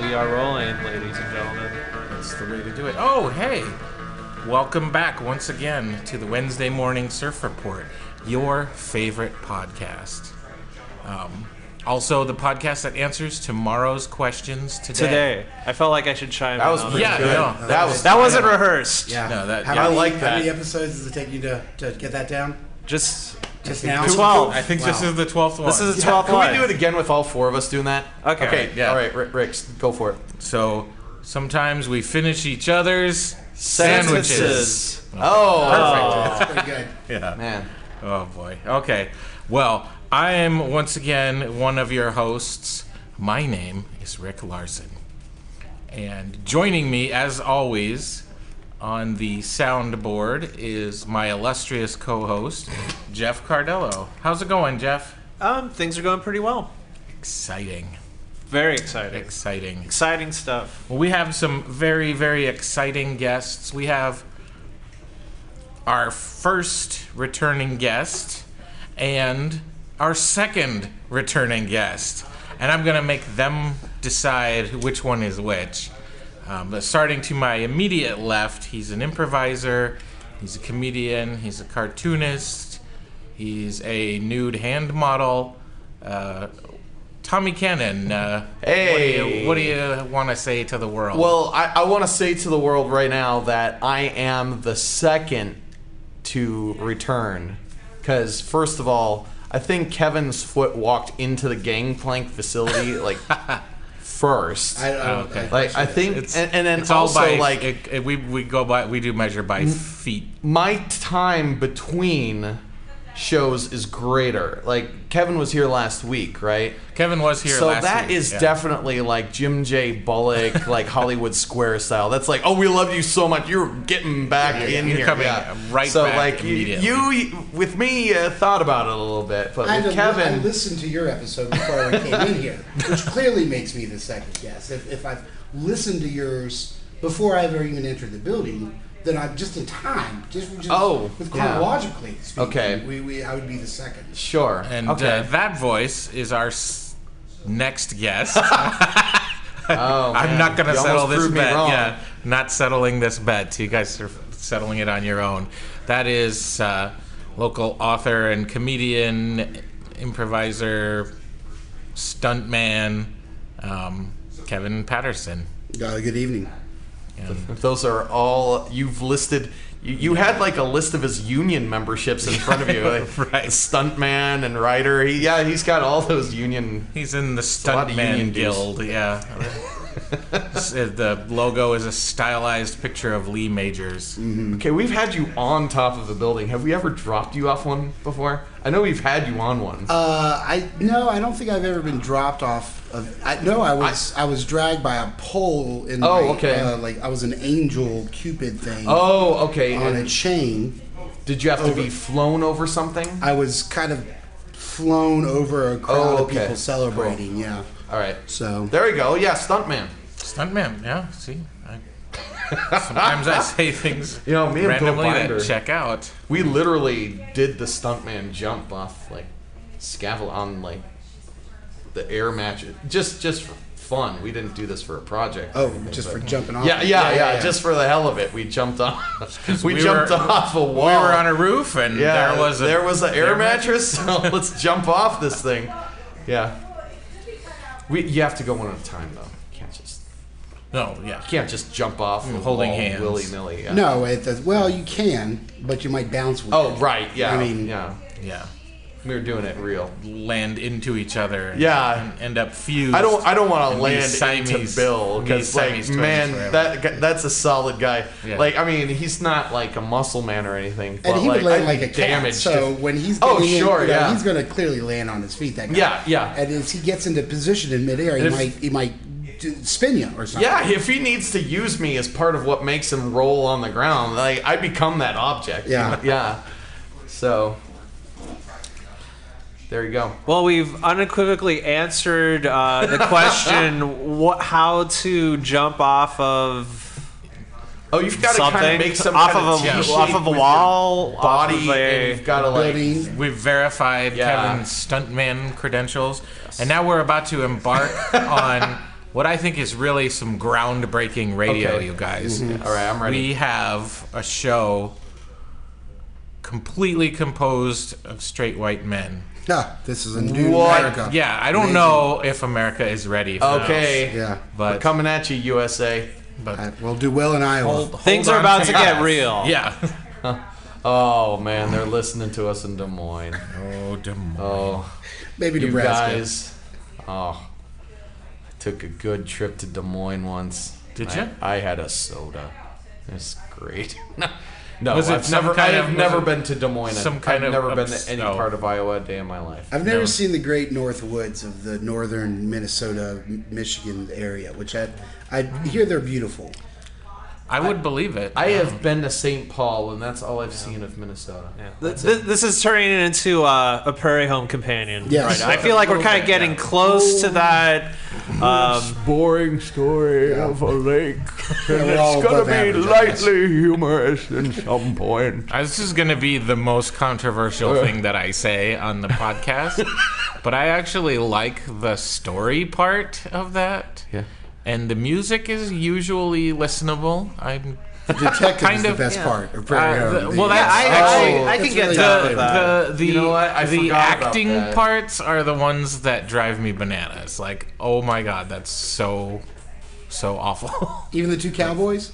we are rolling, ladies and gentlemen. That's the way to do it. Oh, hey! Welcome back once again to the Wednesday Morning Surf Report, your favorite podcast. Um, also, the podcast that answers tomorrow's questions today. Today, I felt like I should chime That in. was on pretty that. Yeah, no, good. that, that was That wasn't rehearsed. Yeah. No, that- How yeah. I many- like that. How many episodes does it take you to, to get that down? Just Just now. Twelve. I think this Wow. is the 12th one. this is the Yeah, twelfth can one. we do it again with all four of us doing that? Okay. Okay. Yeah. All right, Rick, Rick, go for it. so sometimes we finish each other's Sentences. sandwiches. Oh, That's pretty good. Yeah. perfect. Man. Oh boy. Okay. Well, I am once again one of your hosts. My name is Rick Larson. And joining me, as always, on the soundboard is my illustrious co host, Jeff Cardello. How's it going, Jeff? Um, things are going pretty well. Exciting. Very exciting. Exciting. Exciting stuff. Well, we have some very, very exciting guests. We have our first returning guest and our second returning guest. And I'm going to make them decide which one is which. Um, but starting to my immediate left, he's an improviser, he's a comedian, he's a cartoonist, he's a nude hand model. Uh, Tommy Cannon, uh, Hey. what do you, what do you want to uh, say to the world? Well, I, I want to say to the world right now that I am the second to return. Because, first of all, I think Kevin's foot walked into the gangplank facility, like, first. I, I, Oh, okay. like, I think, It's- and, and then it's also, all by like, it, Mm-hmm. it- we we go by we do measure by feet. my time between shows is greater. Like, Kevin was here last week, right? Kevin was here. So that last is week, yeah. definitely like Jim J. Bullock, like Hollywood Square style. That's like, oh, we love you so much. You're getting back in you're here. coming yeah. right so back like you, immediately. you, with me, uh, thought about it a little bit, but I had with to- I Kevin, listened to your episode before I came in here, which clearly makes me the second guest. If, if I've listened to yours before I ever even entered the building, then I'm just in time. Just, just Oh, with yeah. chronologically speaking, Okay. we, we, I would be the second. sure, and okay, uh, that voice is our s- next guest. oh, uh, I'm man. not going to You almost settle this proved me bet. wrong. Yeah, not settling this bet. You guys are settling it on your own. That is uh, local author and comedian, improviser, stuntman, um, Kevin Patterson. Uh, good evening. And Those are all you've listed. You, you had like a list of his union memberships in front of you, like Right. stuntman and writer. He, yeah, he's got all those union. He's in the a lot of union Stuntman dues. Guild, yeah. S- the logo is a stylized picture of Lee Majors. Okay, we've had you on top of the building. Have we ever dropped you off one before? I know we've had you on one. Uh, I no, I don't think I've ever been dropped off of. I, no, I was I, was dragged by a pole in. Oh, my, okay. Uh, like I was an angel cupid thing oh, okay. on a and chain. did you have to over- be flown over something? I was kind of flown over a crowd Oh, okay. of people celebrating. Yeah. All right. So There we go. Yeah, stuntman. Stuntman, yeah, see? I, sometimes I say things You know, me and Bill randomly Binder- that check out. We literally did the stuntman jump off like scaffold on like the air match. Just just for fun. We didn't do this for a project. or oh, anything, just but- for jumping off. yeah, yeah, yeah, Just for the hell of it, we jumped off. We, jumped were- off a wall. We were on a roof, and Oh. Yeah, there was a, there was an air there- mattress. So let's jump off this thing. Yeah, we you have to go one at a time though. Can't just No, yeah. can't just jump off the Mm, holding wall hands. willy nilly. Yeah. No, it does. Well, you can, but you might bounce. With Oh it. right. Yeah. I mean- yeah. Yeah. We were doing it real. Land into each other and, Yeah. and end up fused. I don't. I don't want to And land these into Siamese- Bill these because, like, Siamese twins forever. man, that gu- that's a solid guy. Yeah. Like, I mean, he's not like a muscle man or anything. And but, he would like, land I'd like be a cat. damaged So if- when he's Oh, getting in, sure, you know, yeah. he's going to clearly land on his feet. That guy. Yeah, yeah. And as he gets into position in midair, he And if- might he might d- spin you or something. Yeah, if he needs to use me as part of what makes him roll on the ground, like I become that object. Yeah. yeah. So there you go. Well, we've unequivocally answered uh, the question: what, how to jump off of Oh, you've got to something, kind of make some off kind of a T-shape off of a with your wall, off body, of a- and you've got to like. Building. We've verified Yeah. Kevin's stuntman credentials, and now we're about to embark on what I think is really some groundbreaking radio, Okay. Mm-hmm. you guys. All right, I'm ready. We have a show completely composed of straight white men. Yeah, this is a new What? America. Yeah, I don't Amazing. know if America is ready. For okay. Yeah, We're but, coming at you, USA. but I- we'll do well in Iowa. Hold, hold Things on are about to your get hats. real. yeah. Oh man, they're listening to us in Des Moines. Oh, Des Moines. Oh, Maybe you Nebraska. guys. Oh, I took a good trip to Des Moines once. Did I- ya? I had a soda. It's great. no, Was it I've some never. kind I've of- never was it been to Des Moines. some I've- kind I've of oh. never been obs- to any no. part of Iowa a day in my life. I've never No. seen the great north woods of the northern Minnesota, M- Michigan area, which I I hear they're beautiful. I would believe it. I have been to St. Paul, and that's all I've seen of Minnesota. Th- th- this is turning it into uh, a prairie home companion. Yes. Right. I feel like we're kind of getting close to that. Um, boring story Yeah. of a lake. Yeah, and we're all Oh, it's above going to be average, I guess. lightly humorous in some point. Uh, This is going to be the most controversial thing that I say on the podcast, but I actually like the story part of that. Yeah. And the music is usually listenable. I'm The detective Kind is the of, best yeah. part. Of uh, Prairie Home. the- well, that, I I actually actually I can that's get really down good. with that. the the You know what? I the forgot about acting that. parts are the ones that drive me bananas. Like, oh my god, that's so so awful. Even the two cowboys.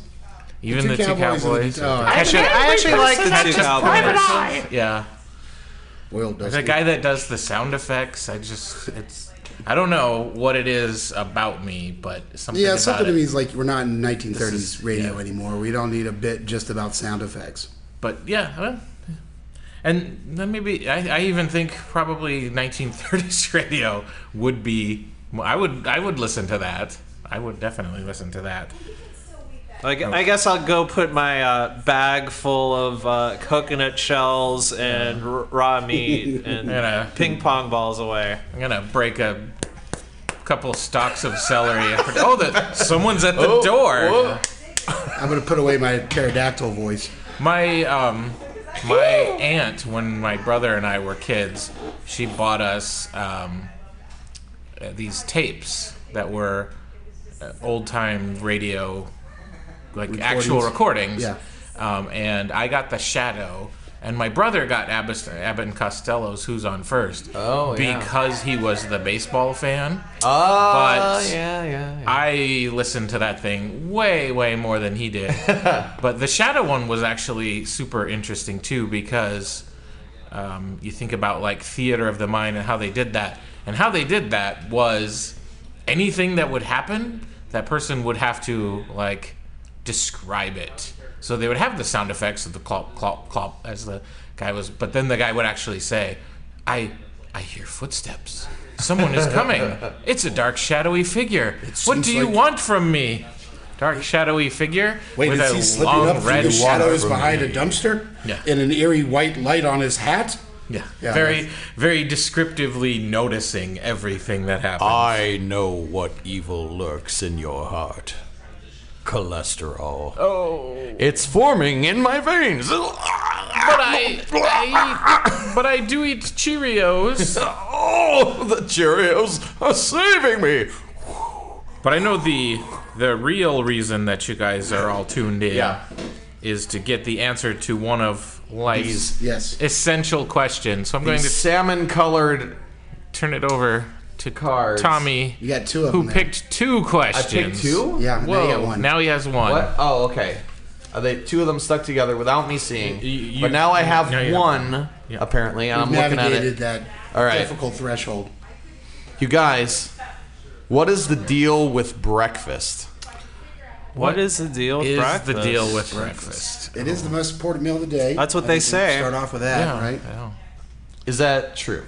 Even the two two Cowboys and cowboys. the- oh, I actually, I actually like the two cowboys. Yeah. Will does The it. guy that does the sound effects, I just it's I don't know what it is about me, but something Yeah, about something to it. me is like we're not in 1930s is- radio anymore. We don't need a bit just about sound effects. But yeah, well, and then maybe I, I even think probably 1930s radio would be I would I would listen to that. I would definitely listen to that. I, Oh. gu- I guess I'll go put my uh, bag full of uh, coconut shells and r- raw meat and uh, Yeah. ping pong balls away. I'm gonna break a couple stalks of celery. And oh, the, someone's at the Oh, door. whoa. I'm gonna put away my pterodactyl voice. My um, my aunt, when my brother and I were kids, she bought us um, uh, these tapes that were uh, old time radio, like actual recordings. Yeah. Um, and I got the Shadow, and my brother got Abbott, Abbott and Costello's Who's on First. Oh, yeah. Because he was the baseball fan. Oh, But- yeah, yeah, yeah. I listened to that thing way, way more than he did. but the Shadow one was actually super interesting too because um, you think about like theater of the mind and how they did that. And how they did that was anything that would happen, that person would have to like describe it. So they would have the sound effects of the clop, clop, clop as the guy was, but then the guy would actually say, I, I hear footsteps. Someone is coming. It's a dark, shadowy figure. What seems do you like- want from me? Dark, shadowy figure Wait, with is a he slipping long up through red the shadow. shadows from behind me. a dumpster? Yeah. And an eerie white light on his hat? Yeah. Yeah, very, very descriptively noticing everything that happens. Ah. I know what evil lurks in your heart. Cholesterol. Oh. It's forming in my veins. but I, I eat, but I do eat Cheerios. Oh, the Cheerios are saving me. But I know the the real reason that you guys are all tuned in Yeah. is to get the answer to one of life's Yes. essential questions. So I'm going to Salmon-colored turn it over to cards. Tommy, You got two of who them. there. picked two I questions. picked two. Yeah, now you got Whoa! one. Now he has one. What? Oh, okay. Are they two of them stuck together without me seeing? you- but now I have now you have one. Yeah. Apparently, and I'm looking at navigated it. that All right. difficult threshold. You guys, what is the deal with breakfast? What is the deal? with Is breakfast? the deal with breakfast? It is the most important meal of the day. That's what I they think we say. Start off with that, Yeah, right? yeah. Is that true?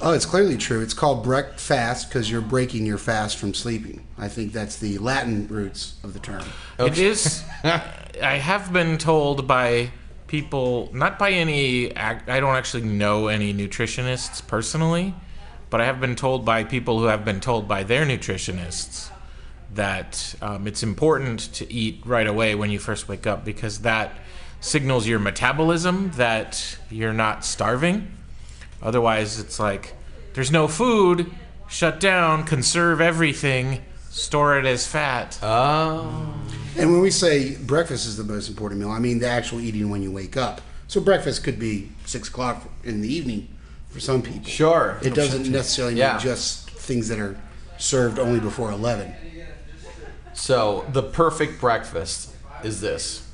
Oh, it's clearly true. It's called break fast because you're breaking your fast from sleeping. I think that's the Latin roots of the term. It is. I have been told by people, not by any. ac- I don't actually know any nutritionists personally, but I have been told by people who have been told by their nutritionists that um, it's important to eat right away when you first wake up because that signals your metabolism that you're not starving. Otherwise, it's like there's no food, shut down, conserve everything, store it as fat. And when we say breakfast is the most important meal, I mean the actual eating when you wake up. So breakfast could be six o'clock in the evening for some people. Sure. It doesn't necessarily Yeah. mean just things that are served only before eleven. So the perfect breakfast is this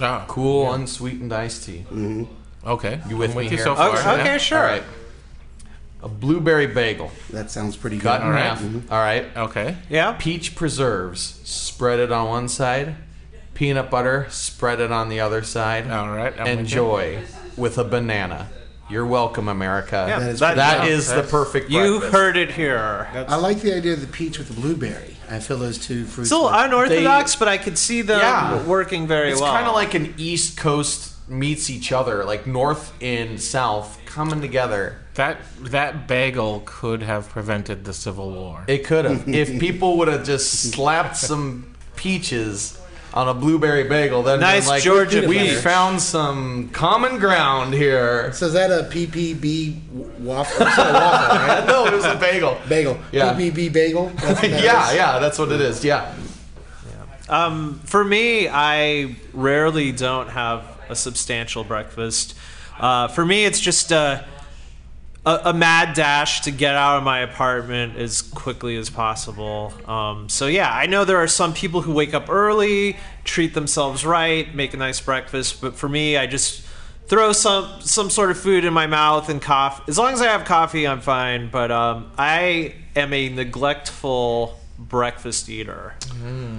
oh, cool, unsweetened iced tea. Mm. okay. You with I'm me you here? Oh, so far? Okay, okay, sure. All right. A blueberry bagel, That sounds pretty cut good. Mm-hmm. in Mm-hmm. right. half. All right. Okay. Yeah. Peach preserves, spread it on one side. Peanut butter, spread it on the other side. All right, I'm with you. Enjoy with a banana. You're welcome, America. Yeah, That is, that- that yeah, is the that's- perfect You breakfast. heard it here. I like the idea of the peach with the blueberry. I feel those two fruits. Still are- unorthodox, but I could see them Yeah. working very It's well. kind of like an East Coast meets each other, like North and South coming together. That that bagel could have prevented the Civil War. It could have. if people would have just slapped some peaches on a blueberry bagel, then been Nice like, Georgia we peach." found some common ground here. So is that a PPB w- waffle? It's not a waffle, right? no, it was a bagel. Bagel. Yeah. PPB bagel. That's what that yeah, is. yeah, that's what it is. Yeah. Um, for me, I rarely don't have a substantial breakfast. Uh, for me, it's just a, a a mad dash to get out of my apartment as quickly as possible. Um, so yeah, I know there are some people who wake up early, treat themselves right, make a nice breakfast. But for me, I just throw some some sort of food in my mouth and cough. As long as I have coffee, I'm fine. But um, I am a neglectful breakfast eater.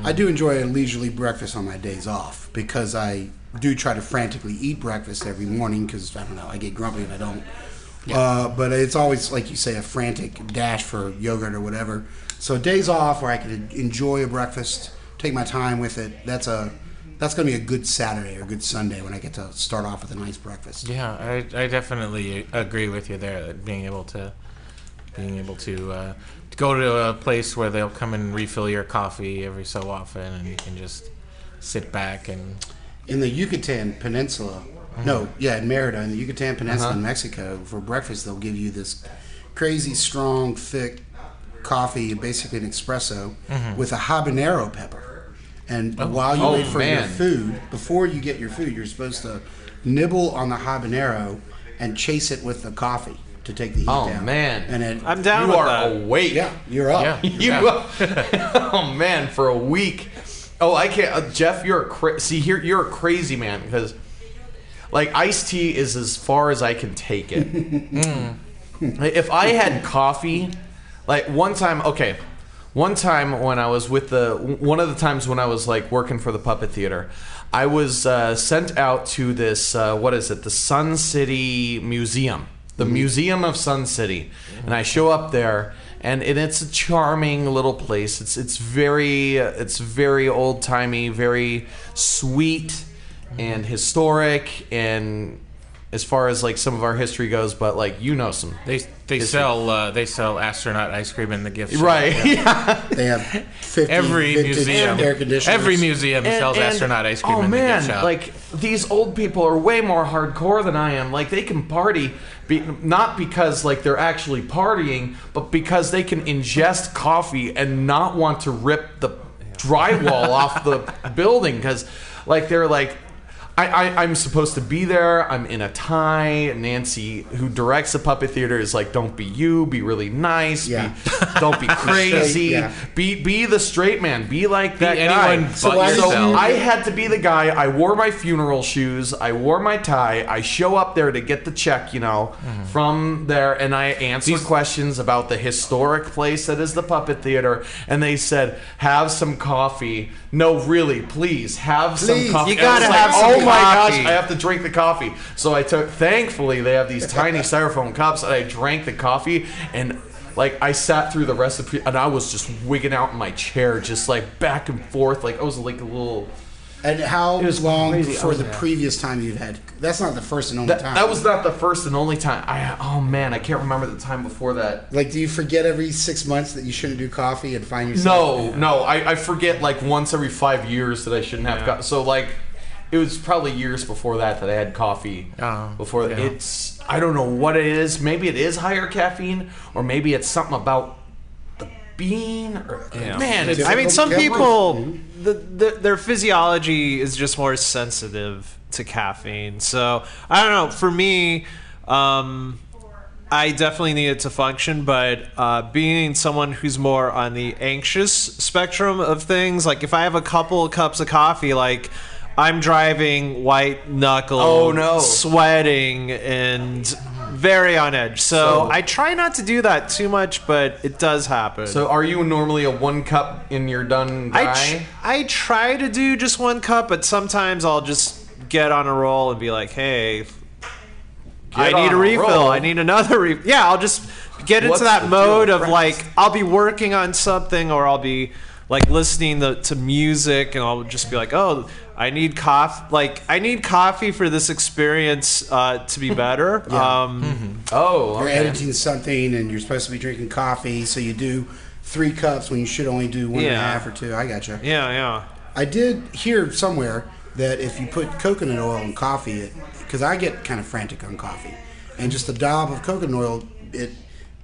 I do enjoy a leisurely breakfast on my days off because I do try to frantically eat breakfast every morning because I don't know I get grumpy if I don't. Uh, but it's always like you say a frantic dash for yogurt or whatever. So days off where I can enjoy a breakfast, take my time with it. That's a that's gonna be a good Saturday or a good Sunday when I get to start off with a nice breakfast. Yeah, I, I definitely agree with you there. That being able to, being able to uh, go to a place where they'll come and refill your coffee every so often, and you can just sit back and in the Yucatan Peninsula. Uh-huh. No, yeah, in Merida, in the Yucatan Peninsula in Mexico, for breakfast they'll give you this crazy strong, thick coffee, basically an espresso, with a habanero pepper. And while you Mm-hmm. Oh, wait for your man. food, before you get your food, you're supposed to nibble on the habanero and chase it with the coffee to take the heat Oh, down. man. And it, I'm down you with are that. awake. yeah, you're up. yeah. You Oh man, for a week. Oh, I can't. Uh, Jeff, you're a cra- see here. You're a crazy man because, like, iced tea is as far as I can take it. Like, If I had coffee, like one time, okay, one time when I was with the one of the times when I was like working for the puppet theater, I was uh, sent out to this uh, what is it, the Sun City Museum, the Museum of Sun City, and I show up there. And, and it's a charming little place. It's it's very uh, it's very old timey, very sweet and historic, and as far as like some of our history goes. But like you know some they they sell uh, they sell astronaut ice cream in the gift shop. Right. They have 50 Every vintage museum, air conditioners. every museum And- sells and- astronaut ice cream Oh in the man, gift shop. like these old people are way more hardcore than I am. Like they can party, be, not because like they're actually partying, but because they can ingest coffee and not want to rip the drywall off the building because, like, they're like. I, I, I'm supposed to be there. I'm in a tie. Nancy, who directs the puppet theater, is like, "Don't be you. Be really nice. Yeah. Be, don't be crazy. yeah. Be be the straight man. Be like that guy." anyone So but why did So yourself. you- I had to be the guy. I wore my funeral shoes. I wore my tie. I show up there to get the check, you know, Mm-hmm. from there, and I answer questions about the historic place that is the puppet theater. And they said, "Have some coffee." No, really, please have Please, some coffee. you And I was gotta have Oh some my gosh, coffee." I have to drink the coffee. So I took. Thankfully, they have these tiny styrofoam cups, and I drank the coffee and. Like I sat through the rest of, the- and I was just wigging out in my chair, just like back and forth. Like I was like a little. And how was long crazy. I for was the mad. previous time you've had? That's not the first and only That, time. that was not the first and only time. I oh man, I can't remember the time before that. like, do you forget every six months that you shouldn't do coffee and find yourself? No, no, I, I forget like once every five years that I shouldn't have. Co- so like, it was probably years before that that I had coffee. Oh, before yeah. it's I don't know what it is. Maybe it is higher caffeine, or maybe it's something about the bean? Or, Yeah. Man, it's, I mean, some Yeah, right. people, the, the, their physiology is just more sensitive to caffeine. So I don't know. For me, um, I definitely need it to function, but uh, being someone who's more on the anxious spectrum of things, like if I have a couple of cups of coffee, like I'm driving white knuckle, Oh, no. sweating, and very on edge. So, I try not to do that too much, but it does happen. so are you normally a one cup and you're done guy? I, tr- I try to do just one cup, but sometimes I'll just get on a roll and be like, hey, I on need a a refill. roll." I need another refill. Yeah, I'll just get into What's the that deal mode with of friends? like, I'll be working on something or I'll be like listening to, to music and I'll just be like, oh, I need coffee. Like, I need coffee for this experience uh, to be better. um, oh, You're okay. editing something and you're supposed to be drinking coffee, so you do three cups when you should only do one and a Yeah. half or two. I gotcha. Yeah, yeah. I did hear somewhere that if you put coconut oil in coffee, it because I get kind of frantic on coffee, and just a dob of coconut oil, it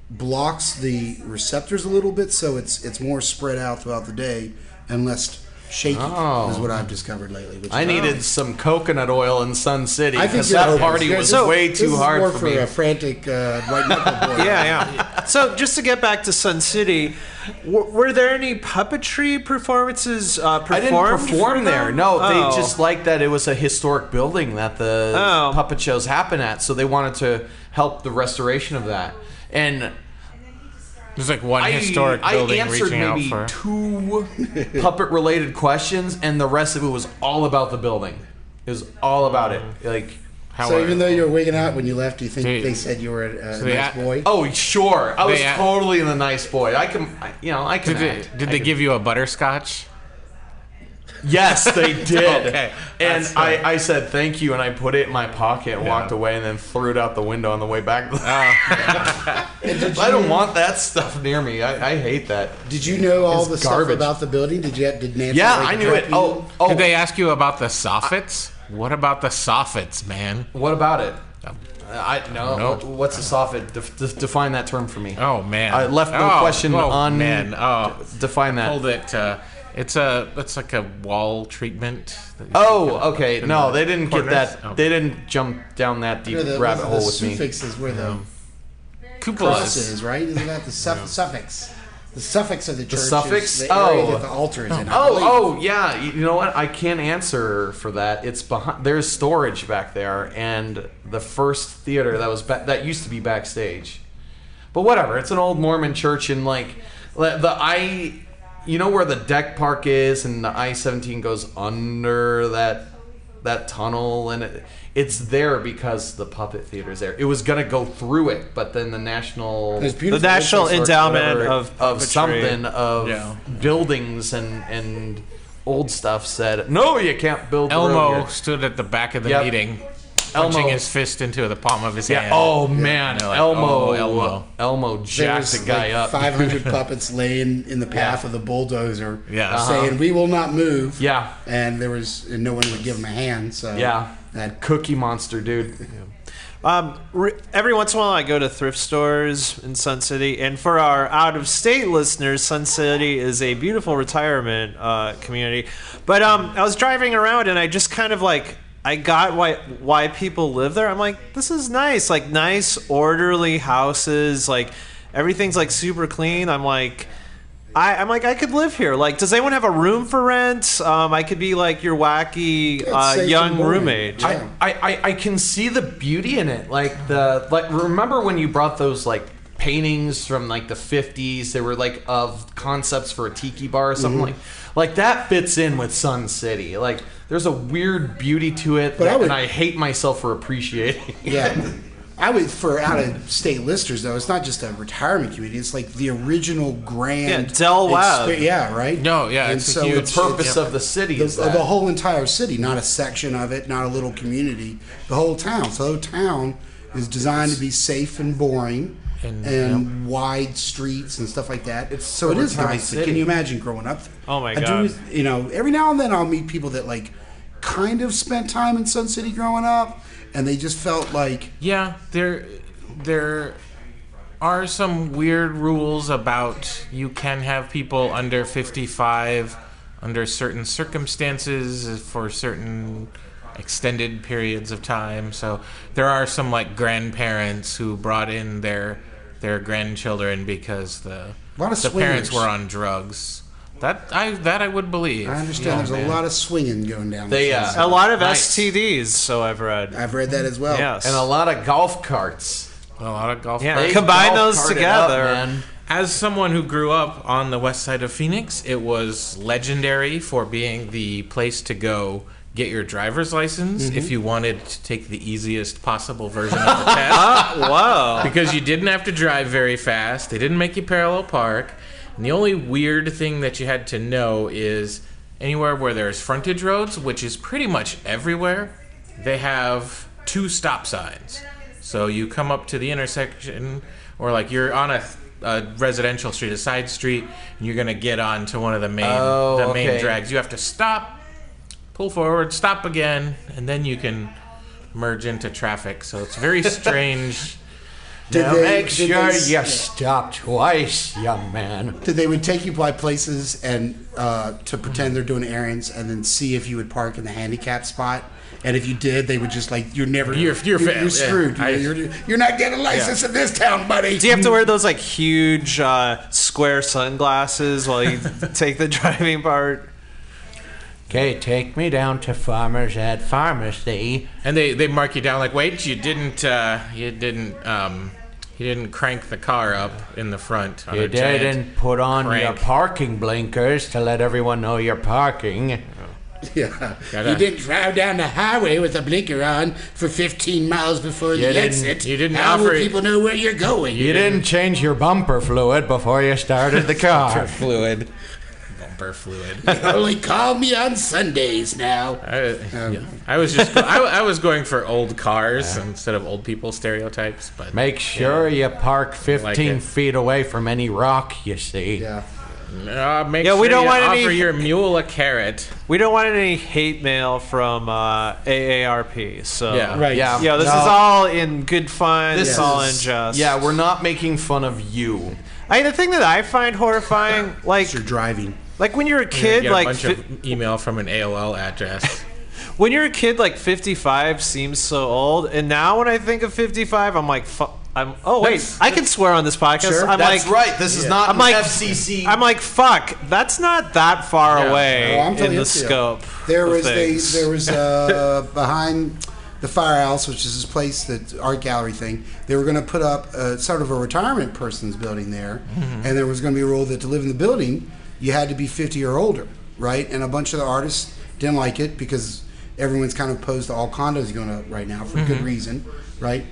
blocks the receptors a little bit, so it's it's more spread out throughout the day and less shaky. Oh. Is what I've discovered lately. Which I is- needed some coconut oil in Sun City I think because you're that hoping. party Guys, was this- way this too is hard more for for me. a frantic uh, white knuckle boy. yeah, yeah. So just to get back to Sun City, w- were there any puppetry performances uh, I performed? didn't perform from there. them? No, Oh. they just liked that it was a historic building that the Oh. puppet shows happen at, so they wanted to help the restoration of that. And There's like one I, historic I building answered reaching out maybe for. two puppet-related questions, and the rest of it was all about the building. It was all about it. Like, Mm. How So are- even though you were wigging out when you left, do you think Dude. they said you were a, a they nice a- boy? oh, sure, I was They, uh, totally the nice boy. I can, I, you know, I can. did they, act. did I they can- give you a butterscotch? Yes, they did. Okay, And that's fair. I, I said thank you, and I put it in my pocket, walked away, and then threw it out the window on the way back. Ah. I don't want that stuff near me. I, I hate that. Did you know all It's the stuff garbage. about the building? Did you? Did Nancy? Yeah, like, I knew prep it. you? Oh, oh. Did they ask you about the soffits? What about the soffits, man? what about it? Uh, I no. No. what- What's a soffit? Def, def, define that term for me. Oh man! I left no Oh, question oh, un- Man, oh, Define that. hold it. Uh, it's a it's like a wall treatment. that you take Oh, up okay. in No, the they didn't get corners. that. Oh. They didn't jump down that deep Where the, rabbit the hole with me. suffixes where the cupolas. crosses, right? Isn't that the suff- suffix? The suffix of the church. is suffix? the area Oh. that the altar is in. I believe. Oh, oh, yeah. You you know what? I can't answer for that. It's behind. There's storage back there, and the first theater that was ba- that used to be backstage. But whatever. It's an old Mormon church, and like le- the I, you know where the deck park is, and the I-17 goes under that that tunnel, and it, it's there because the puppet theater's there. It was gonna go through it, but then the national It's beautiful. The National or Endowment whatever, of of Puppetry. something of Yeah. buildings and and old stuff said no you can't build the road Elmo here." stood at the back of the Yep. meeting, punching Elmo. his fist into the palm of his yeah hand. oh man They're like, Elmo oh, Elmo. Elmo jacked There's the guy like up 500 puppets laying in the path of the bulldozer, Yeah. Uh-huh. saying "We will not move." Yeah. and there was and no one would give him a hand. So yeah that cookie monster dude Um, re- every once in a while, I go to thrift stores in Sun City, and for our out-of-state listeners, Sun City is a beautiful retirement uh, community. But um, I was driving around, and I just kind of like I got why why people live there. I'm like, this is nice, like nice orderly houses, like everything's like super clean. I'm like. I, I'm like I could live here. Like, does anyone have a room for rent? Um, I could be like your wacky uh, safe and young boring. roommate. Yeah. I, I, I, I can see the beauty in it. Like the like remember when you brought those like paintings from like the fifties, they were like of concepts for a tiki bar or Mm-hmm. something like like that fits in with Sun City. Like there's a weird beauty to it But that, I would- and I hate myself for appreciating. Yeah. I would, for out of state listeners, though, it's not just a retirement community. It's like the original grand. Yeah, Del Webb. expe- yeah, right? No, yeah, And it's a so huge- it's, Purpose it's of the city the, is that. the whole entire city, not a section of it, not a little community. The whole town. So the whole town is designed to be safe and boring and, wide streets and stuff like that. It's, so it is retirement nice. city. Can you imagine growing up there? Oh, my I do- God. you know, every now and then I'll meet people that, like, kind of spent time in Sun City growing up, and they just felt like. Yeah, they're they're are some weird rules about you can have people under 55 under certain circumstances for certain extended periods of time. So there are some like grandparents who brought in their their grandchildren because the A lot of the parents swingers. were on drugs. That I that I would believe. I understand there's a lot of swinging going down. They, this uh, episode. A lot of Nice. STDs, so I've read. I've read that as well. yes. and a lot of golf carts. a lot of golf. Yeah. carts. They Combine golf those carted up, together. man. As someone who grew up on the west side of Phoenix, it was legendary for being the place to go get your driver's license if you wanted to take the easiest possible version of the test. Whoa. because you didn't have to drive very fast, they didn't make you parallel park. And the only weird thing that you had to know is anywhere where there's frontage roads, which is pretty much everywhere, they have two stop signs. So you come up to the intersection, or like you're on a, a residential street, a side street, and you're gonna get on to one of the main Oh, the main okay. drags. You have to stop, pull forward, stop again, and then you can merge into traffic. So it's very strange. Did Now they- make did sure they- you stop twice, young man. Did they would take you by places and uh, to pretend they're doing errands, and then see if you would park in the handicap spot. And if you did, they would just like you're never You're- you're you're, failed, yeah. screwed. I- you're, you're, you're not getting a license in this town, buddy. Do you have to wear those like huge uh, square sunglasses while you take the driving part? Okay, take me down to Farmer's Ed Pharmacy. and they they mark you down like wait you didn't uh you didn't um you didn't crank the car up in the front on You a giant- didn't put on your crank. parking blinkers to let everyone know you're parking. Yeah. Gotta- You didn't drive down the highway with a blinker on for 15 miles before the didn't- exit. you didn't How offer will it- people know where you're going? You didn't change your bumper fluid before you started the car. fluid bumper fluid only call me on Sundays now. I, yeah. I was just I, I was going for old cars instead of old people stereotypes but Make sure you park 15 it. feet away from any rock you see. Yeah. uh, make Yeah, sure we don't you want offer any- your mule a carrot We don't want any hate mail from uh, AARP. So Yeah. Right. Yeah. Yeah, this No. is all in good fun. This is all in is- jest. Yeah, we're not making fun of you. I, the thing that I find horrifying, like, You're driving. like when you're a kid, get a like bunch of email from an AOL address when you're a kid, like 55 seems so old, and now when I think of 55, I'm like, fu- I'm. Oh wait, That's- I can swear on this podcast. Sure. I'm That's like, right. This is not I'm an like, FCC. I'm like, fuck. That's not that far Yeah. away No, I'm in telling the you, scope. There of was a, things. there was uh behind the firehouse, which is this place that art gallery thing. They were going to put up uh sort of a retirement person's building there, and there was going to be a rule that to live in the building you had to be 50 or older, right? And a bunch of the artists didn't like it because everyone's kind of opposed to all condos going up right now for good reason, right?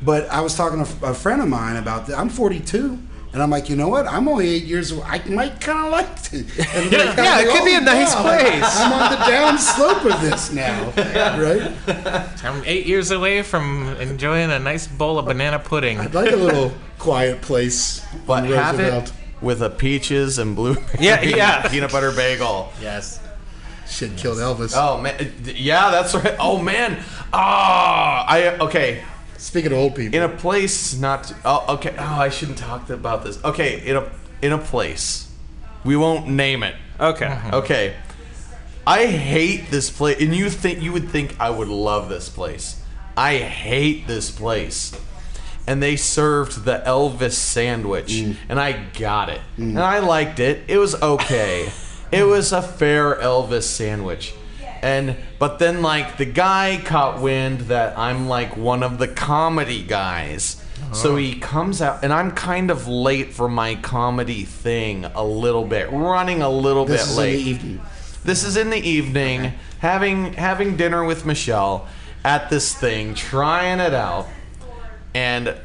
But I was talking to f- a friend of mine about that. I'm 42. And I'm like, you know what? I'm only eight years. old. I might kind of like to. And they're kinda Yeah, it like, could be a nice place. I'm on the down slope of this now, right? I'm eight years away from enjoying a nice bowl of banana pudding I'd like a little quiet place. but in have Roosevelt. it with a peaches and blueberry Yeah, yeah. peanut butter bagel. yes Shit killed Elvis. Oh man, yeah, that's right. Oh man, ah, I okay. Speaking of old people, in a place not to, oh okay oh I shouldn't talk about this okay in a in a place we won't name it okay. okay I hate this place and you think you would think I would love this place I hate this place and they served the Elvis sandwich Mm. and I got it and I liked it it was okay it was a fair Elvis sandwich and but then like the guy caught wind that I'm like one of the comedy guys. Uh-huh. So he comes out and I'm kind of late for my comedy thing a little bit. Running a little this bit is late. in the evening. This is in the evening, having having dinner with Michelle at this thing, trying it out, and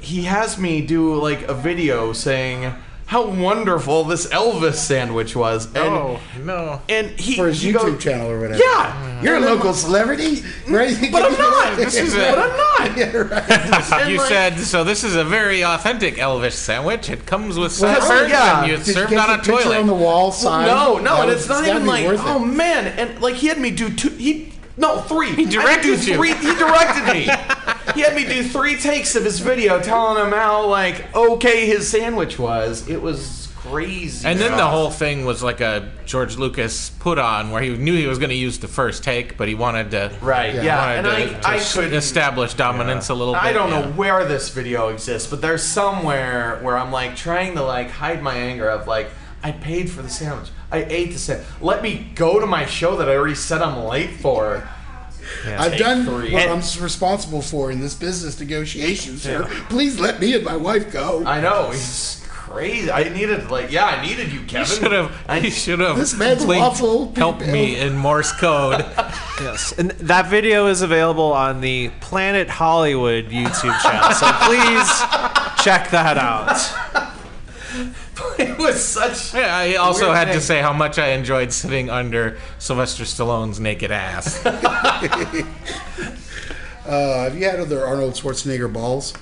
he has me do like a video saying how wonderful this Elvis sandwich was, and oh no and he For his you YouTube go- channel or whatever. Yeah, Mm. You're a local celebrity, right? but I'm not. This is a- but I'm not. Yeah, right. And, you like- said so. This is a very authentic Elvis sandwich. It comes with Well, sunburns yeah. and you Did you served get on the a picture toilet. on the wall sign. No, no, That and was- it's not that'd even be like worth it. oh man, and like he had me do two. He no three. He directed I had to do you. Three. He directed me. he had me do three takes of his video telling him how like okay his sandwich was. It was crazy. And then the whole thing was like a George Lucas put on where he knew he was going to use the first take, but he wanted to right, yeah, and wanted I, to, I to s- couldn't establish dominance a little bit. I don't know yeah. where this video exists, but there's somewhere where I'm like trying to like hide my anger of like I paid for the sandwich. I ate the sandwich. Let me go to my show that I already said I'm late for. I've Take done three. what And- I'm s- responsible for in this business negotiation, sir. Please let me and my wife go. I know. He's crazy. I needed like yeah, I needed you, Kevin. You should have. You should have. This man's blinked, waffle Help people." me in Morse code. Yes, Mm-hmm. and that video is available on the Planet Hollywood YouTube channel. So please check that out. it was such Yeah, I also Weird had to thing. say how much I enjoyed sitting under Sylvester Stallone's naked ass. Uh, have you had other Arnold Schwarzenegger balls?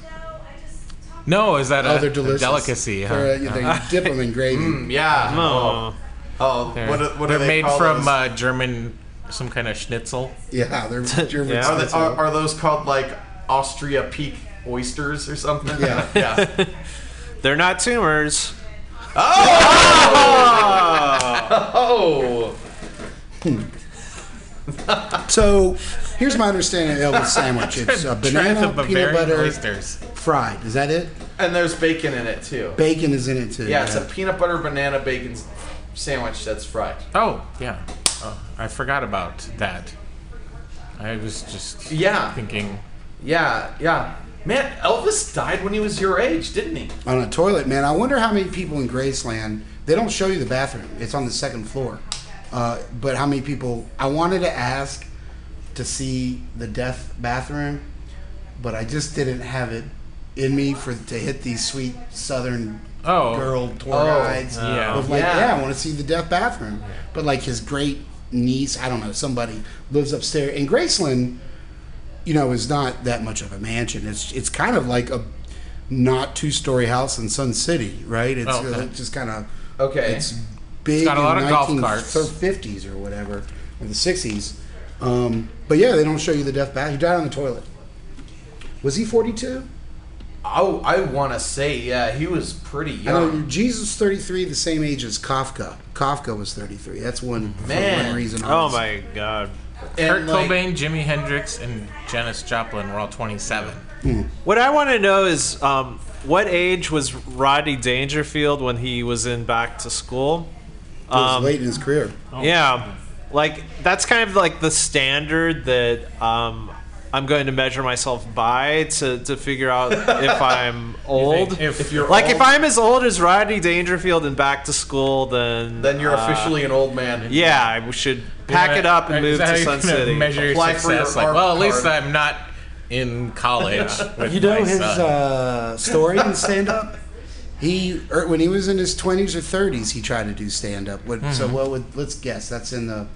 no, is that Oh, a, they're a delicious. delicacy? Huh? Uh-huh. Mm. They're, uh, they dip them in gravy. yeah. Oh, Oh, They're, what are, what are they're they made called from those? uh, German, some kind of schnitzel. Yeah, they're German. Yeah. are, they, schnitzel. are, are those called like Austria Peak oysters or something? Yeah. yeah. they're not tumors. Oh. so here's my understanding of Elvis sandwich. It's a Try banana, the peanut Bavarian butter, oysters. fried. Is that it? And there's bacon in it too. Bacon is in it too. Yeah, it's a peanut butter banana bacon s- sandwich that's fried. Oh yeah, oh, I forgot about that. I was just Yeah. thinking. Yeah, yeah. Man, Elvis died when he was your age, didn't he? on a toilet, man. I wonder how many people in Graceland they don't show you the bathroom. It's on the second floor. Uh, but how many people? I wanted to ask to see the death bathroom, but I just didn't have it in me for to hit these sweet Southern Oh. girl tour Oh. guides. Yeah. Of like, Yeah. yeah, I want to see the death bathroom. But like his great niece, I don't know, somebody lives upstairs in Graceland you know, is not that much of a mansion. It's it's kind of like a not two story house in Sun City, right? It's Oh, okay. uh, just kind of Okay. It's big. got a lot in of golf carts. 1950s or whatever, or the '60s. Um, but yeah, they don't show you the death bath. He died on the toilet. Was he 42? Oh, I want to say, yeah, he was pretty I know young. Jesus 33, the same age as Kafka. Kafka was 33. That's one for Man. one reason. I Oh was- my god. Kurt And, like, Cobain, Jimi Hendrix, and Janis Joplin were all 27. What I want to know is um, what age was Rodney Dangerfield when he was in Back to School? It was Um, late in his career. Oh, Yeah, like that's kind of like the standard that um, I'm going to measure myself by to, to figure out if I'm old. If, you're like old, if I'm as old as Rodney Dangerfield and Back to School, then Then you're uh, officially an old man. yeah. I should pack it up and move Is that how to Sun you're gonna City. Measure your Apply for your success. like, ARP well, at least card. I'm not in college. with You know my his son. uh, story in stand up? He er, when he was in his 20s or 30s, he tried to do stand up. What So Mm-hmm. what would let's guess that's in the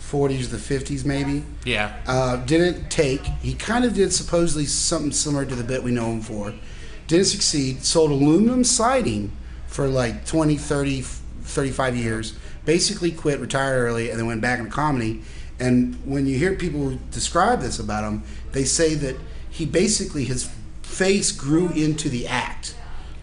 40s or the 50s maybe. yeah. Uh, didn't take. He kind of did supposedly something similar to the bit we know him for. Didn't succeed. Sold aluminum siding for like 20, 30, 35 years. Basically quit, retired early, and then went back into comedy. And when you hear people describe this about him, they say that he basically, his face grew into the act.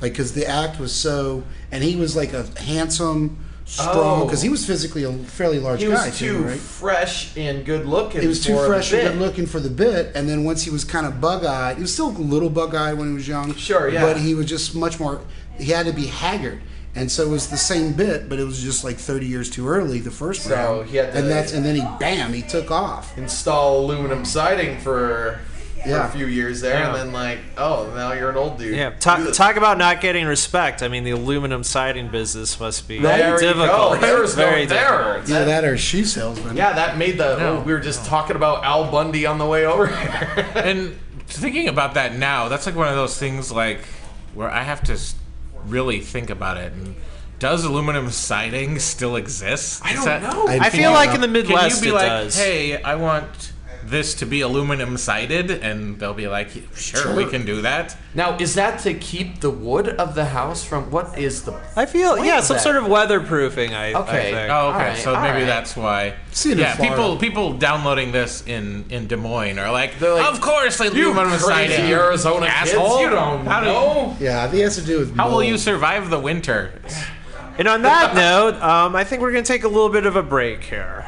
Like, because the act was so, and he was like a handsome, strong, Oh. because he was physically a fairly large He guy. was too right? fresh and good looking. It was too for fresh the and bit. good looking for the bit, and then once he was kind of bug eyed, he was still a little bug eyed when he was young. Sure, yeah. But he was just much more. He had to be haggard, and so it was the same bit, but it was just like thirty years too early the first So round. he had to- and that's and then he bam he took off. Install aluminum siding for, for Yeah. a few years there, and Yeah. then like, oh, now you're an old dude. Yeah, talk, Ugh. talk about not getting respect. I mean, the aluminum siding business must be There you difficult. go. There's no very there. difficult. Either that or shoe salesman. Yeah, that made the. No, oh, we were just talking about Al Bundy on the way over here. and thinking about that now, that's like one of those things like where I have to s- really think about it. And does aluminum siding still exist? I don't know. I I think feel like about- in the Can Midwest you be it like, does. hey, I want this to be aluminum sided, and they'll be like, sure, we can do that. Now, is that to keep the wood of the house from what is the? I feel Wait yeah, a some sec. sort of weatherproofing. I, Okay. Uh, I think. Oh, okay. Alright, so maybe alright. that's why. See it in yeah, Florida. people people downloading this in in Des Moines are like, They're like, of course they You aluminum crazy sided. Arizona asshole. kids! You don't How do you- know. Yeah, the has to do with How will mold. you survive the winter? And on that note, um, I think we're going to take a little bit of a break here.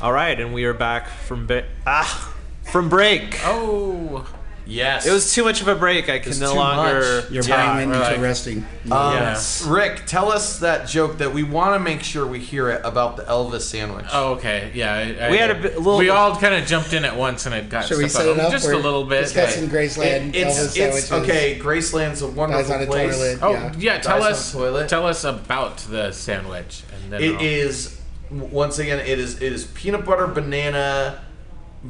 All right, and we are back from ba- ah from break. Oh, Yes. It was too much of a break. I can no too longer. much. Your talk. brain went into right. resting. Um, Yes. Rick, tell us that joke that we want to make sure we hear it about the Elvis sandwich. oh, okay. Yeah, I, I- We had a bit- little- We all kind of jumped in at once, and it got Should we stuff set it out. up? just We're a little bit. Discussing Graceland. It- it's Elvis it's sandwiches. okay. Graceland's a wonderful Guys on a place. toilet. Oh Yeah. yeah, tell Guys on us the toilet. tell us about the sandwich. And then It I'll- is w- once again it is it is peanut butter banana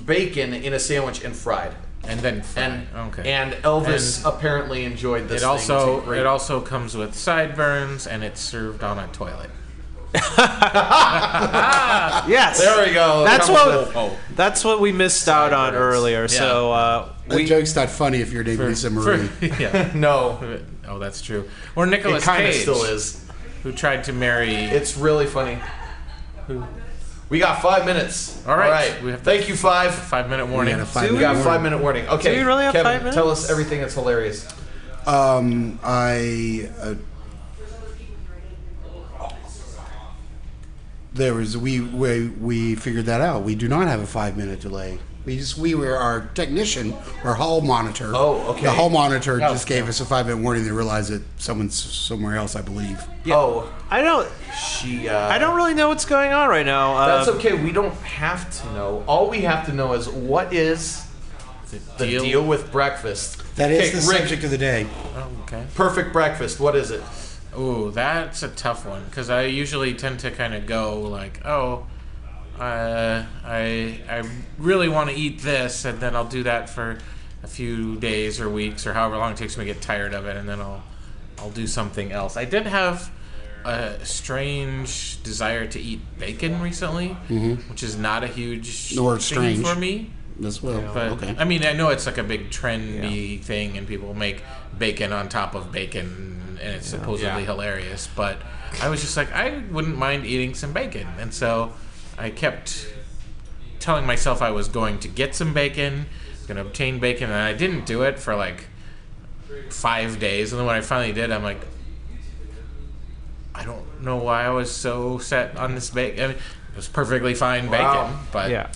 bacon in a sandwich and fried. and then fry. And okay. and Elvis apparently enjoyed this. it thing also to great- it also comes with sideburns, and it's served on a toilet. Yes. there we go. That's Come what- with it. Oh, That's what we missed out on earlier. So uh, The we joke's not funny if you're David Lisa Marie. yeah. No, Oh, that's true. Or it Nicholas kind of Cage, still is. who tried to marry. It's really funny. We got five minutes. All right. We We have have to- Thank you, five. five minute warning. had a five We minute got a five minute warning. Okay. Do we really have Kevin, five Tell minutes? us everything that's hilarious. Um, I. Uh, there was we we we figured that out. We do not have a five minute delay. We just we were our technician, our hall monitor. Oh, okay. The hall monitor just gave us a five minute warning. They realized that someone's somewhere else, I believe. Oh, I don't she. Uh, I don't really know what's going on right now. Uh, Um, That's okay. We don't have to know. All we have to know is what is the deal, with breakfast. That is Okay, the Rick, subject of the day. Oh, okay. perfect breakfast. What is it? Ooh, that's a tough one because I usually tend to kind of go like, oh, uh, I I really want to eat this, and then I'll do that for a few days or weeks or however long it takes me to get tired of it, and then I'll I'll do something else. I did have a strange desire to eat bacon recently, which is not a huge Or thing strange. for me. This will But okay. I mean, I know it's like a big trendy thing, and people make bacon on top of bacon, and it's supposedly Yeah. hilarious. But I was just like, I wouldn't mind eating some bacon, and so I kept telling myself I was going to get some bacon, I was going to obtain bacon, and I didn't do it for like five days, and then when I finally did, I'm like. I don't know why I was so set on this bacon. I mean, it was perfectly fine Wow. bacon, but yeah.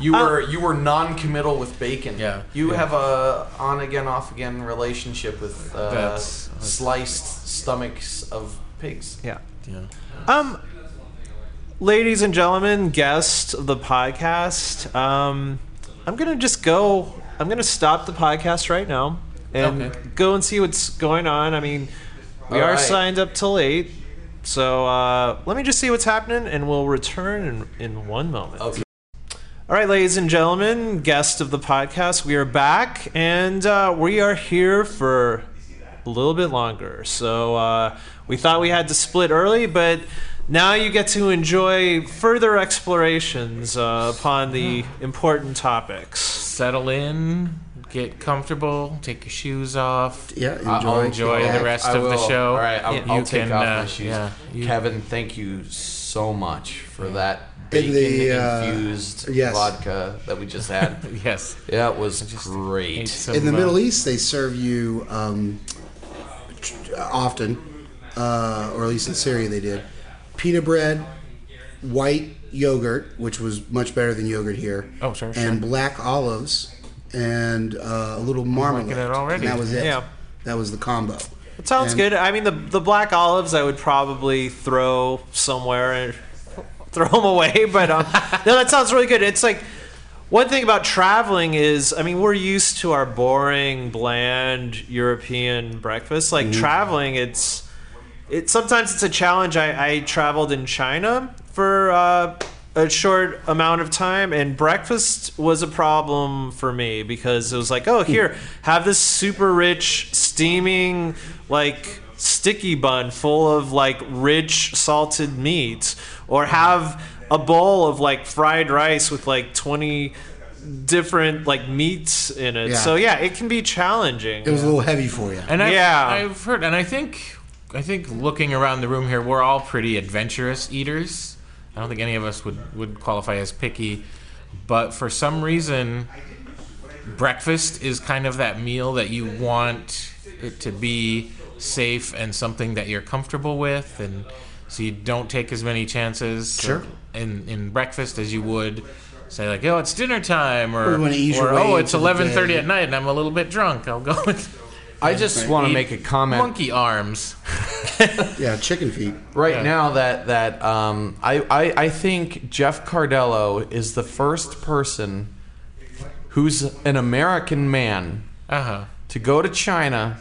You Uh, were you were non-committal with bacon. Yeah. You have a on again off again relationship with uh, That's- sliced stomachs of pigs. Yeah. yeah. Um, ladies and gentlemen, guest of the podcast, um, I'm gonna just go. I'm gonna stop the podcast right now and Okay. go and see what's going on. I mean, we All are right. signed up till eight, so uh, let me just see what's happening, and we'll return in, in one moment. Okay. All right, ladies and gentlemen, guest of the podcast, we are back, and uh, we are here for a little bit longer. So uh, we thought we had to split early, but now you get to enjoy further explorations uh, upon the important topics. settle in, get comfortable, take your shoes off. yeah, enjoy. I'll enjoy take the off- rest I of the will. show. All right, I'll, Yeah. I'll You take can, off uh, my shoes. yeah, you- Kevin, thank you so much for that In bacon the, uh, infused yes. vodka that we just had. Yes. yeah, it was Ate great. some, in the uh, Middle East, they serve you um, tr- often, uh, or at least in Syria they did, pita bread, white yogurt, which was much better than yogurt here. Oh, sure, And black olives and uh, a little marmalade. it already. And that was it. Yeah. That was the combo. It sounds And- good. I mean, the the black olives I would probably throw somewhere and throw them away, but um, no, that sounds really good. It's like one thing about traveling is, I mean, we're used to our boring, bland European breakfast. Like traveling, it's it sometimes it's a challenge. I, I traveled in China for uh, a short amount of time, and breakfast was a problem for me because it was like, oh, here, have this super rich, steaming, like sticky bun full of like rich salted meat, or have a bowl of like fried rice with like 20 different like meats in it. Yeah. So yeah, it can be challenging. It was a little heavy for you. And I've, Yeah. I've heard, and I think, I think looking around the room here, we're all pretty adventurous eaters. I don't think any of us would would qualify as picky, but for some reason, breakfast is kind of that meal that you want it to be safe and something that you're comfortable with, and so you don't take as many chances Sure. in in breakfast as you would. Say like, oh, it's dinner time, or, Or when you ease your or, way oh, it's into the eleven thirty day. at night, and I'm a little bit drunk. I'll go with I just want to make a comment. Monkey arms. Yeah, chicken feet. right Yeah. now that that um, I, I I think Jeff Cardello is the first person who's an American man Uh huh. to go to China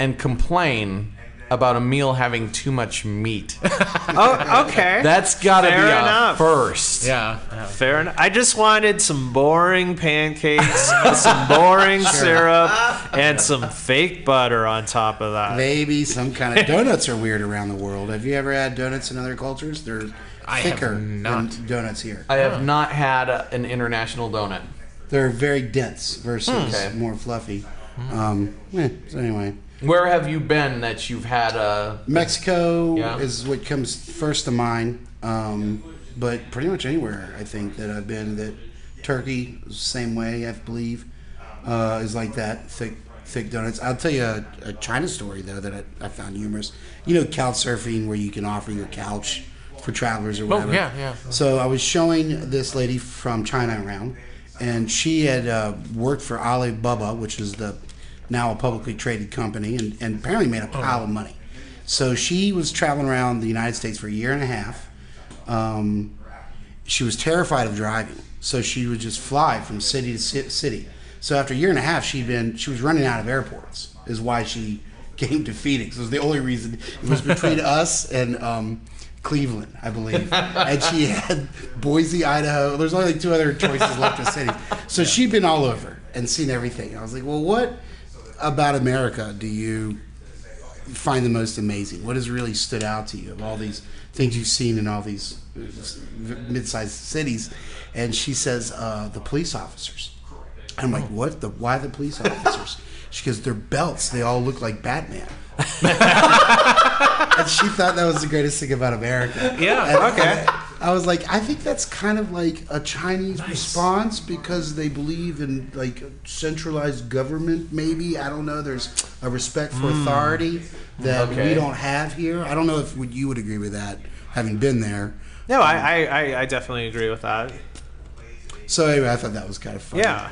and complain about a meal having too much meat. Oh, okay. That's got to be Fair a enough. first. Yeah. Uh-huh. yeah. Fair enough. I just wanted some boring pancakes, with some boring syrup, and some fake butter on top of that. Maybe some kind of donuts are weird around the world. Have you ever had donuts in other cultures? They're I have thicker not. than donuts here. I have not had a, an international donut. They're very dense versus Hmm. Okay. more fluffy. Um, eh, so anyway, Where have you been that you've had uh, a Mexico Yeah. is what comes first to mind. Um, but pretty much anywhere I think that I've been, that Turkey same way I believe uh, is like that thick thick donuts. I'll tell you a, a China story though that I, I found humorous. You know, couch surfing where you can offer your couch for travelers or whatever. Oh, yeah, yeah. So I was showing this lady from China around, and she had uh, worked for Alibaba, which is the now a publicly traded company, and, and apparently Oh, made a pile of money. So she was traveling around the United States for a year and a half. Um, she was terrified of driving, so she would just fly from city to ci- city. So after a year and a half, she'd been she was running out of airports. Is why she came to Phoenix. It was the only reason. It was between us and um, Cleveland, I believe, and she had Boise, Idaho. There's only like two other choices left of cities. So she'd been all over and seen everything. I was like, well, what about America do you find the most amazing? What has really stood out to you of all these things you've seen in all these uh, mid-sized cities? And she says, uh, the police officers. I'm like, what? The why the police officers? She goes, their belts. They all look like Batman. and she thought that was the greatest thing about America. Yeah, And okay. I, I was like, I think that's kind of like a Chinese response because they believe in like centralized government. Maybe I don't know. There's a respect for authority that Okay. we don't have here. I don't know if would- you would agree with that, having been there. No, I, I, I, I definitely agree with that. So anyway, I thought that was kind of funny. Yeah.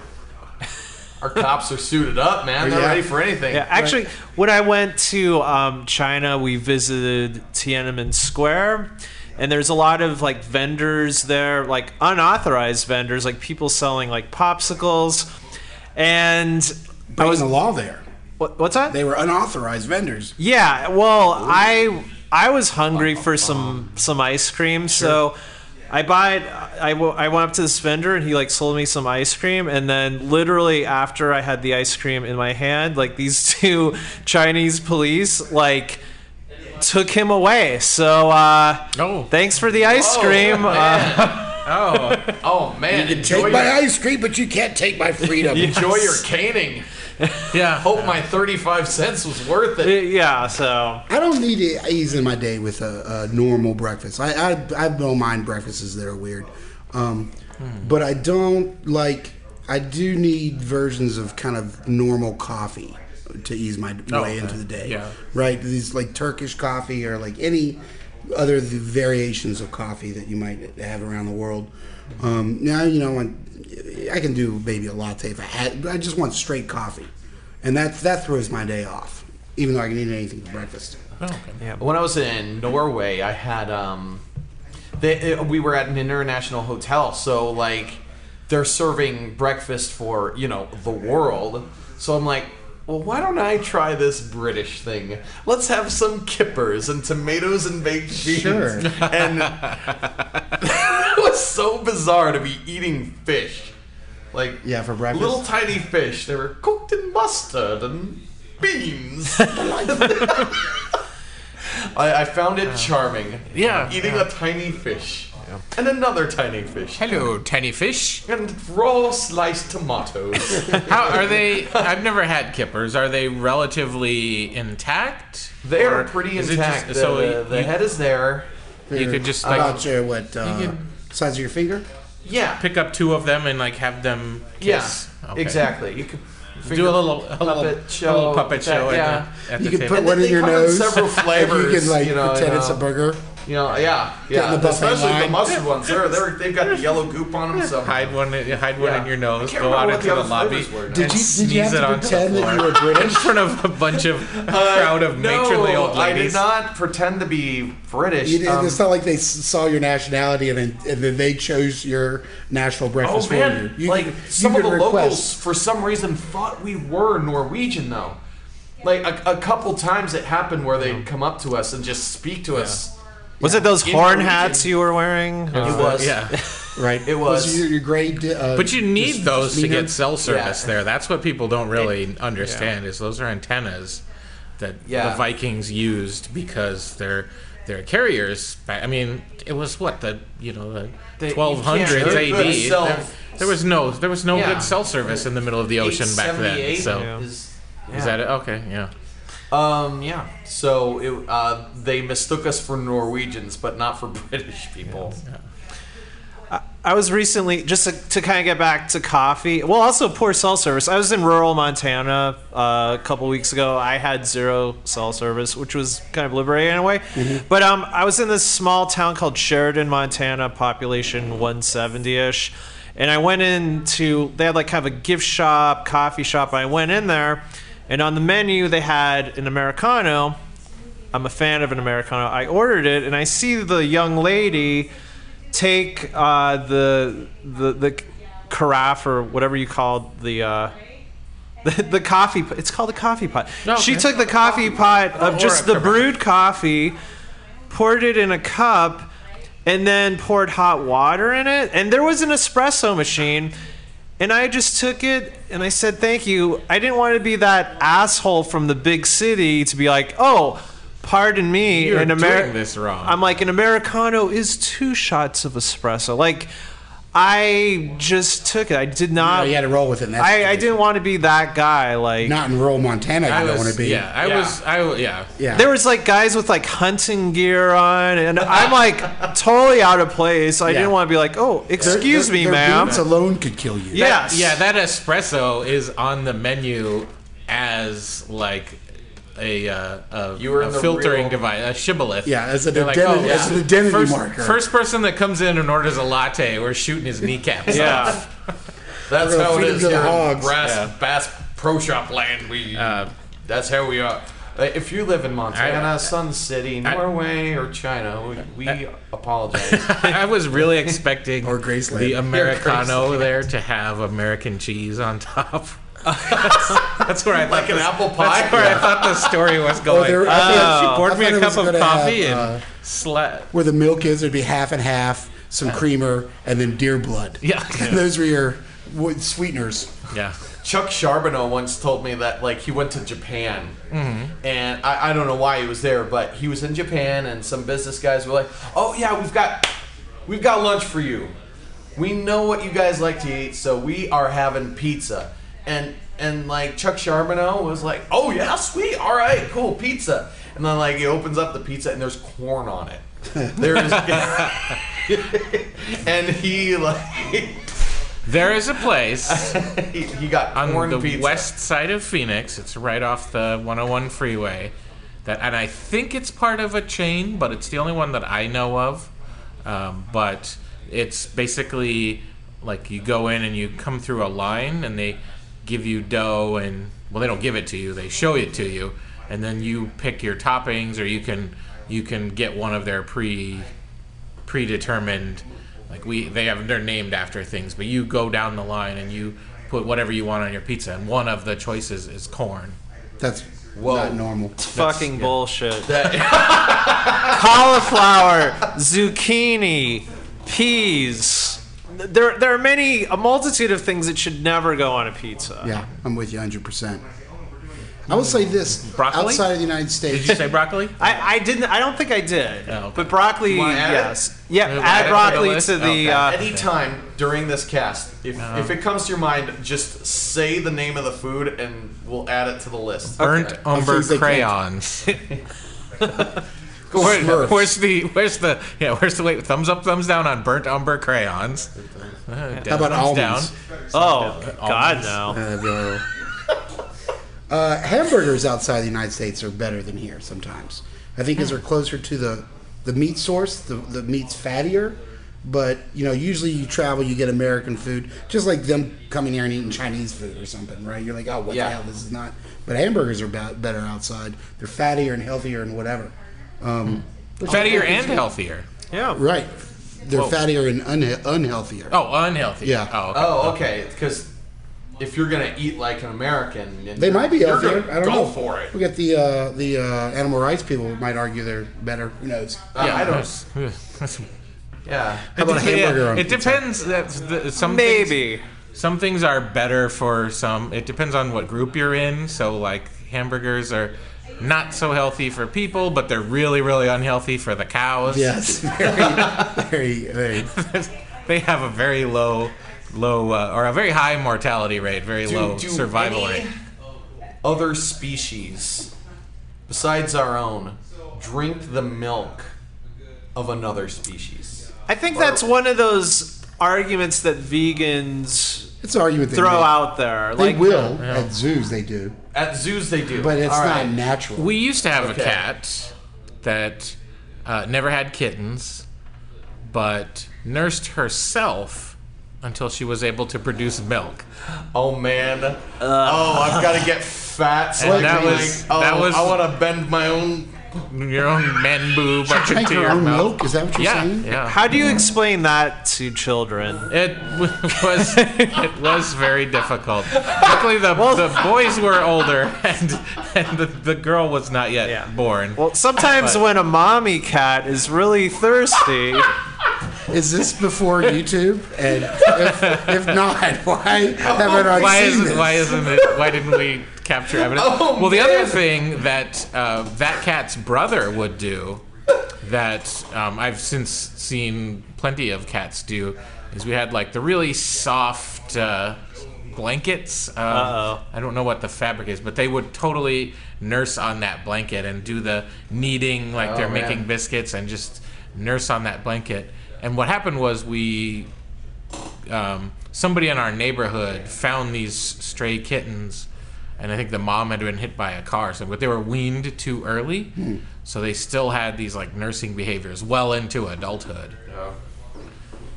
our cops are suited up, man? They're Yeah. ready for anything. Yeah, actually, when I went to um, China, we visited Tiananmen Square, and there's a lot of like vendors there, like unauthorized vendors, like people selling like popsicles, and I was the law there. what, what's that? They were unauthorized vendors. Yeah, well, I I was hungry for some some ice cream, so I bought I, w- I went up to this vendor and he like sold me some ice cream, and then literally after I had the ice cream in my hand, like these two Chinese police like took him away. So uh, Oh. thanks for the ice cream. Uh, Oh. Oh man, enjoy Take your, my ice cream, but you can't take my freedom. enjoy your caning. Yeah. Hope my thirty-five cents was worth it. yeah, so I don't need to ease in my day with a, a normal breakfast. I, I I don't mind breakfasts; they're weird, um, but I don't like. I do need versions of kind of normal coffee to ease my way into the day. yeah. Right? These like Turkish coffee or like any other th- variations of coffee that you might have around the world. Um, now you know I, I can do maybe a latte if I had. But I just want straight coffee, and that that throws my day off. Even though I can eat anything for breakfast. When I was in Norway, I had um, they, uh, we were at an international hotel, so like they're serving breakfast for you know the world. So I'm like, well, why don't I try this British thing? Let's have some kippers and tomatoes and baked beans. Sure. And it was so bizarre to be eating fish, like Yeah, for breakfast. little tiny fish. They were cooked in mustard and beans. I, I found it charming. Yeah. Eating a tiny fish. and another tiny fish, Hello, tiny fish. and raw sliced tomatoes. How are they? I've never had kippers. Are they relatively intact? they Or are pretty is it just- intact. The- so the, the you, head is there. you could just like about your what uh, can- size of your finger? Yeah, pick up two of them and like have them yeah, kiss. Okay. exactly. You could Do a little a little puppet a show little puppet with show. that, at the- yeah. at You the can table. put And one then in they your come in nose. several If you flavors, can like you know, pretend you it's a know. burger. You know, yeah, Get in yeah. the buffet Especially the line. mustard ones. They're, they're they've got the yellow goop on them. So Hide one, hide one Yeah. in your I nose. can't Go out remember into what the the other lobby. flavors were now. and Did you- did you sneeze have to it onto the pretend that floor. you were British? in front of a bunch of crowd of matronly Uh, no, old ladies? I did not pretend to be British. You did- Um, it's not like they s- saw your nationality and then, and then they chose your national oh breakfast man, for you. you. like could- you some of could the locals request- for some reason thought we were Norwegian though. Like a, a couple times it happened where they'd come up to us and just speak to us. Was it those In horn Norwegian. hats you were wearing? It Uh, was Yeah. right? It was. your, your grade. Uh, But you need just- those to meter. get cell service Yeah. there. That's what people don't really understand is those are antennas that Yeah. the Vikings used because they're they're carriers. Ba- I mean, it was what the you know the They- you twelve hundreds can't AD. really sell- There, there was no there was no Yeah. good cell service in the middle of the ocean back then. 878 So is, is yeah. that it? Okay, yeah. Um, yeah. So it, uh, they mistook us for Norwegians, but not for British people. I was recently just to, to kind of get back to coffee. Well, also poor cell service. I was in rural Montana uh, a couple weeks ago. I had zero cell service, which was kind of liberating in a way. But um, I was in this small town called Sheridan, Montana, population 170 ish, and I went into they had like kind of a gift shop, coffee shop. I went in there, and on the menu they had an americano. I'm a fan of an americano. I ordered it, and I see the young lady take uh, the the the carafe or whatever you called the. Uh, the, the coffee pot. It's called a coffee pot. Oh, Okay. Oh, She took the coffee pot Or of just a the carafe. brewed coffee, poured it in a cup, and then poured hot water in it. And there was an espresso machine. And I just took it and I said, thank you. I didn't want to be that asshole from the big city to be like, oh, pardon me. You're an doing this wrong. I'm like, an Americano is two shots of espresso. Like, I just took it. I did Oh, not. you had to roll with it. in that I, I situation. didn't want to be that guy. Like, Not in rural Montana. I you don't was want to be. yeah. I Yeah. was I w- yeah. Yeah. There was like guys with like hunting gear on, and I'm like totally out of place. I didn't want to be like, oh, Their- excuse their- me, their ma'am. boots alone could kill you. Yes. Yeah, that espresso is on the menu as like a uh, a, You were a in the filtering real- device, a shibboleth. Yeah, as an They're oh, identity- as an identity first, marker. First person that comes in and orders a latte, we're shooting his kneecaps. off. Yeah. That's We're gonna how it feed 'em is to the here in hogs. Brass Bass Pro Shop land. We Uh, that's how we are. Uh, If you live in Montana, I- Sun City, Norway, or China, we, we apologize. I was really expecting Or Graceland. the Yeah, Americano there to have American cheese on top. That's where I like thought an this- apple That's where pie. I thought the story was going. Oh, Oh. there- I thought- she poured I me thought a it cup was of gonna coffee have, uh, and sla- Where the milk is, it'd be half and half, some creamer, and then deer blood. Yeah. Those were your wo- sweeteners. Yeah. Chuck Charbonneau once told me that like he went to Japan, Mm-hmm. and I, I don't know why he was there, but he was in Japan, and some business guys were like, "Oh yeah, we've got we've got lunch for you. We know what you guys like to eat, so we are having pizza." And and like Chuck Charbonneau was like, "Oh yeah, sweet, all right, cool, pizza." And then like he opens up the pizza, and there's corn on it. There's and he like There is a place he, he got on corn the pizza. west side of Phoenix. It's right off the 101 freeway. That and I think it's part of a chain, but it's the only one that I know of. Um, but it's basically like you go in and you come through a line, and they give you dough, and well, they don't give it to you; they show it to you, and then you pick your toppings, or you can you can get one of their pre predetermined like we they have they're named after things but you go down the line and you put whatever you want on your pizza and one of the choices is corn That's not normal. Fucking bullshit. Cauliflower, zucchini, peas. There, there are many, a multitude of things that should never go on a pizza. Yeah, I'm with you 100%. I will say this: Broccoli? outside of the United States, Did you say broccoli? I, I didn't. I don't think I did. Oh, okay. But broccoli, You wanna add it? yes, yeah. You wanna add it Add to the broccoli list? to the. Okay. Uh, Any time during this cast, if, if it comes to your mind, just say the name of the food and we'll add it to the list. Burnt umber things they can't- crayons. Where- Smurfs. where's the where's the yeah where's the wait thumbs up thumbs down on burnt umber crayons? Uh, down, about thumbs almonds? oh God, no. Uh, bro. Uh, hamburgers outside the United States are better than here sometimes. I think because they're closer to the, the meat source, the, the meat's fattier. But, you know, usually you travel, you get American food, just like them coming here and eating Chinese food or something, right? You're like, oh, what Yeah. the hell? This is not. But hamburgers are ba- better outside. They're fattier and healthier and whatever. Um, down. Fattier and healthier. Yeah. Right. They're Whoa. fattier and unhe unhealthier. Oh, unhealthy. Yeah. Oh, okay. Oh, okay. Because if you're gonna eat like an American, then They might be you're healthier. gonna I don't go know. for it. We got the uh, the uh, animal rights people might argue they're better. Who knows? Uh, I don't. that's- that's- Yeah. How about a hamburger? Yeah, on it pizza? depends. That's the, some things- Maybe. some things are better for some it depends on what group you're in so like hamburgers are not so healthy for people but they're really really unhealthy for the cows Yes. Very, very, very. they have a very low low uh, or a very high mortality rate very Do- low do survival any rate Other species besides our own drink the milk of another species. I think that's one of those arguments that vegans It's an argument they throw make. out there. They Like, will at zoos. They do, At zoos they do, but it's All not right. natural. we used to have Okay. a cat that uh, never had kittens but nursed herself until she was able to produce milk Oh man! oh, I've got to get fat. So And I that can, was- like, oh, that was- I want to bend my own. your own man boob up Drink into your your own mouth. milk? Is that what you're Yeah, saying? yeah. how do you explain that to children? It w- was it was very difficult. Luckily, the, the boys were older, and and the, the girl was not yet Yeah. born. Well, sometimes But- when a mommy cat is really thirsty, Is this before YouTube? And if, if not, why haven't I why seen is this? why isn't it? Why didn't we capture evidence? Oh, well, the man. other thing that uh, that cat's brother would do, that um, I've since seen plenty of cats do, is we had like the really soft uh, blankets. Um, Uh-oh. I don't know what the fabric is, but they would totally nurse on that blanket and do the kneading like they're Oh, man. making biscuits and just nurse on that blanket. And what happened was we um, somebody in our neighborhood found these stray kittens, and I think the mom had been hit by a car, so but they were weaned too early, so they still had these like nursing behaviors well into adulthood.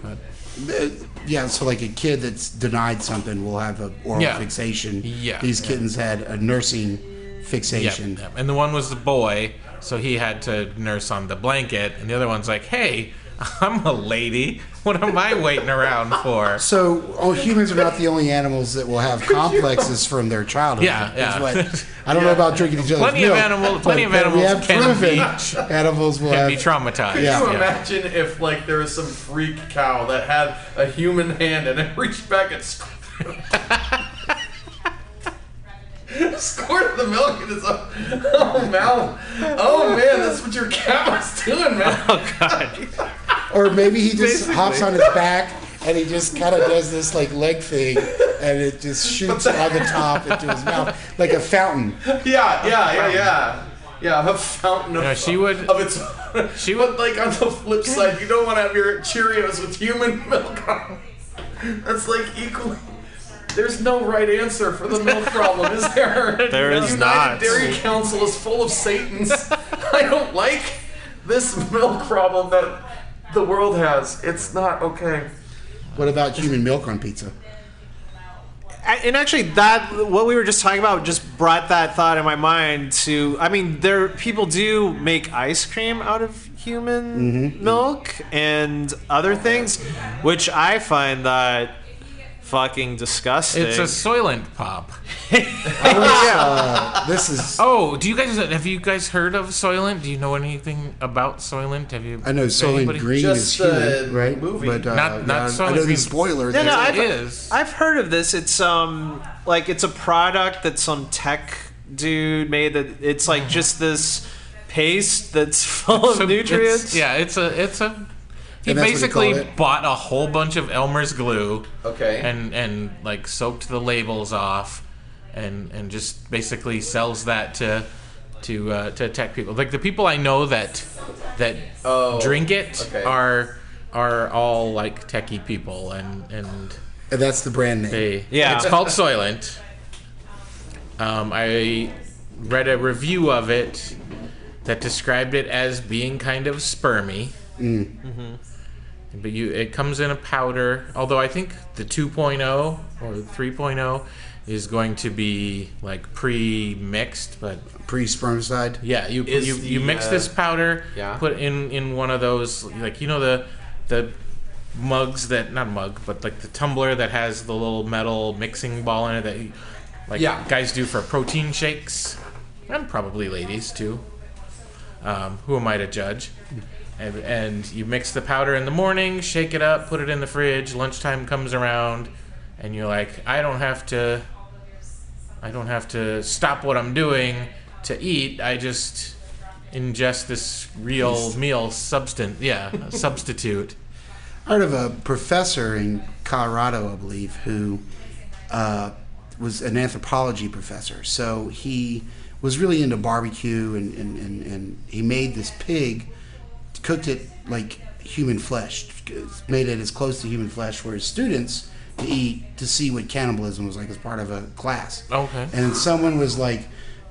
Uh, Yeah, so like a kid that's denied something will have a oral Yeah. fixation. Yeah. These kittens had a nursing Yep, fixation. yep. And the one was the boy, so he had to nurse on the blanket, and the other one's like, "Hey, I'm a lady. What am I waiting around for?" So, oh, humans are not the only animals that will have complexes from their childhood. Yeah, is yeah. what- I don't know about drinking each other's Plenty of milk. animal- plenty but- of but we animals have can proven be- animals will Can have. be traumatized. Uh, Yeah. Can you Yeah. imagine if like there was some freak cow that had a human hand and it reached back and squirted, squirted the milk in his own, own mouth? Oh man, that's what your cat was doing, man. Oh, or maybe he just hops on his back and he just kind of does this like leg thing, and it just shoots on the top into his mouth like a fountain. Yeah, yeah, yeah, yeah. Yeah, a fountain of, No, she would- of its she She would- would like on the flip side, you don't want to have your Cheerios with human milk on. That's like equally there's no right answer for the milk problem, is there? There is United not. Dairy Council is full of Satans. I don't like this milk problem that the world has. It's not okay. What about human milk on pizza? A- and actually that what we were just talking about just brought that thought in my mind to i mean there people do make ice cream out of human Mm-hmm. milk and other things which i find that fucking disgusting It's a Soylent Pop. Uh, this is. Oh, do you guys have you guys heard of Soylent? Do you know anything about Soylent? Have you? I know Soylent anybody- Green Just is the human, right? movie. But uh, Not- not yeah, I Soylent know the Green. spoiler. no, there. no, I've, is. I've heard of this. It's um like it's a product that some tech dude made that it's Mm. like just this paste that's full So of it's- nutrients. yeah, it's a it's a. He And that's what you basically call it? bought a whole bunch of Elmer's glue. Okay. And and like soaked the labels off, and and just basically sells that to to uh, to tech people. Like the people I know that that Oh, drink it okay. are are all like techie people, and and And that's the brand name. they Yeah. It's called Soylent. Um, I read a review of it that described it as being kind of spermy. Mm-hmm. But you, it comes in a powder. Although I think the 2.0 or the 3.0 is going to be like pre-mixed, but Pre-spermicide. yeah, you Is you, the, you mix uh, this powder, yeah. put in in one of those like you know the the mugs that not mug but like the tumbler that has the little metal mixing ball in it that you, like Yeah. guys do for protein shakes and probably ladies too. Um, who am I to judge? And, and you mix the powder in the morning, shake it up, put it in the fridge. Lunchtime comes around, and you're like, I don't have to I don't have to stop what I'm doing to eat. I just ingest this real meal substance. Yeah, a substitute. I heard of a professor in Colorado, I believe, who uh, was an anthropology professor. So he was really into barbecue, and, and, and, and he made this pig, cooked it like human flesh, made it as close to human flesh for his students to eat to see what cannibalism was like as part of a class. Okay. And someone was like,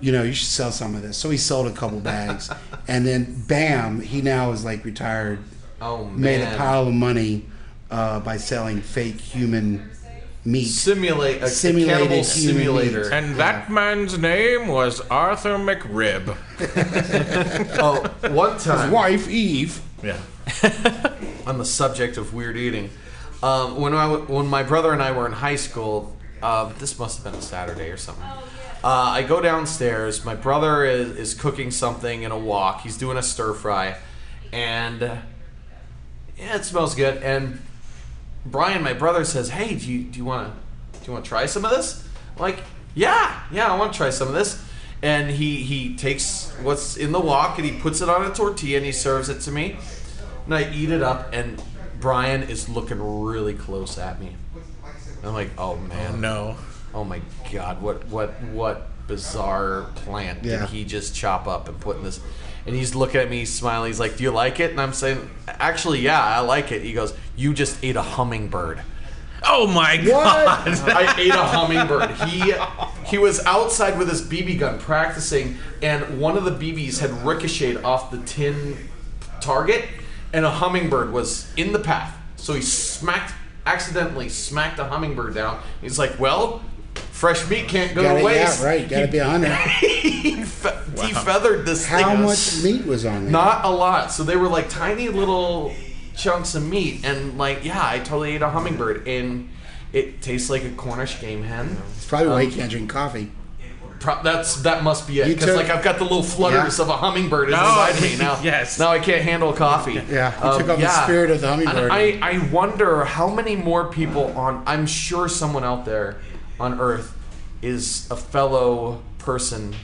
you know, you should sell some of this. So he sold a couple bags, and then bam, he now is like retired Oh, made man. a pile of money uh, by selling fake human meat. Simulate a Simulated cannibal human simulator. And that man's name was Arthur McRib. oh, one time. wife Eve. Yeah. on the subject of weird eating, um, when I w- when my brother and I were in high school, uh, this must have been a Saturday or something. Uh, I go downstairs. My brother is, is cooking something in a wok. He's doing a stir fry, and uh, yeah, it smells good. And Brian, my brother, says, "Hey, do you do you want to do you want to try some of this?" I'm like, yeah, yeah, I want to try some of this. And he he takes what's in the wok and he puts it on a tortilla and he serves it to me. And I eat it up, and Brian is looking really close at me. I'm like, oh man, No. oh my god, what what what bizarre plant Yeah. did he just chop up and put in this? And he's looking at me, smiling. He's like, "Do you like it?" And I'm saying, "Actually, yeah, I like it." He goes, "You just ate a hummingbird." Oh my god. I ate a hummingbird. He he was outside with his BB gun practicing, and one of the BBs had ricocheted off the tin target, and a hummingbird was in the path. So he smacked, accidentally smacked a hummingbird down. He's like, "Well, fresh meat can't go Gotta, to waste." yeah, right. Gotta be a hundred. he fe- defeathered this How thing. much meat was on there? Not a lot. So they were like tiny little chunks of meat, and like, yeah, I totally ate a hummingbird, and it tastes like a Cornish game hen. It's probably why you can't drink coffee. Pro- that's that must be it You because took- like I've got the little flutters Yeah. of a hummingbird No, inside me now. yes. now I can't handle coffee. Um, Yeah, you took on the spirit of the hummingbird. And I I wonder how many more people on I'm sure someone out there on Earth is a fellow person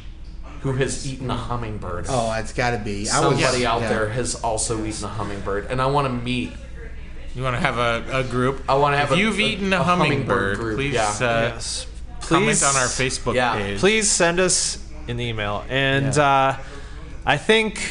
who has eaten a hummingbird. Oh, it's gotta be. I was- Somebody out yeah. there has also eaten a hummingbird, and I want to meet. You want to have a, a group? I wanna have If a- you've a- eaten a a hummingbird hummingbird, group, please yeah. uh, Yes. comment Please on our Facebook Yeah. page. Please send us an email. And uh, I think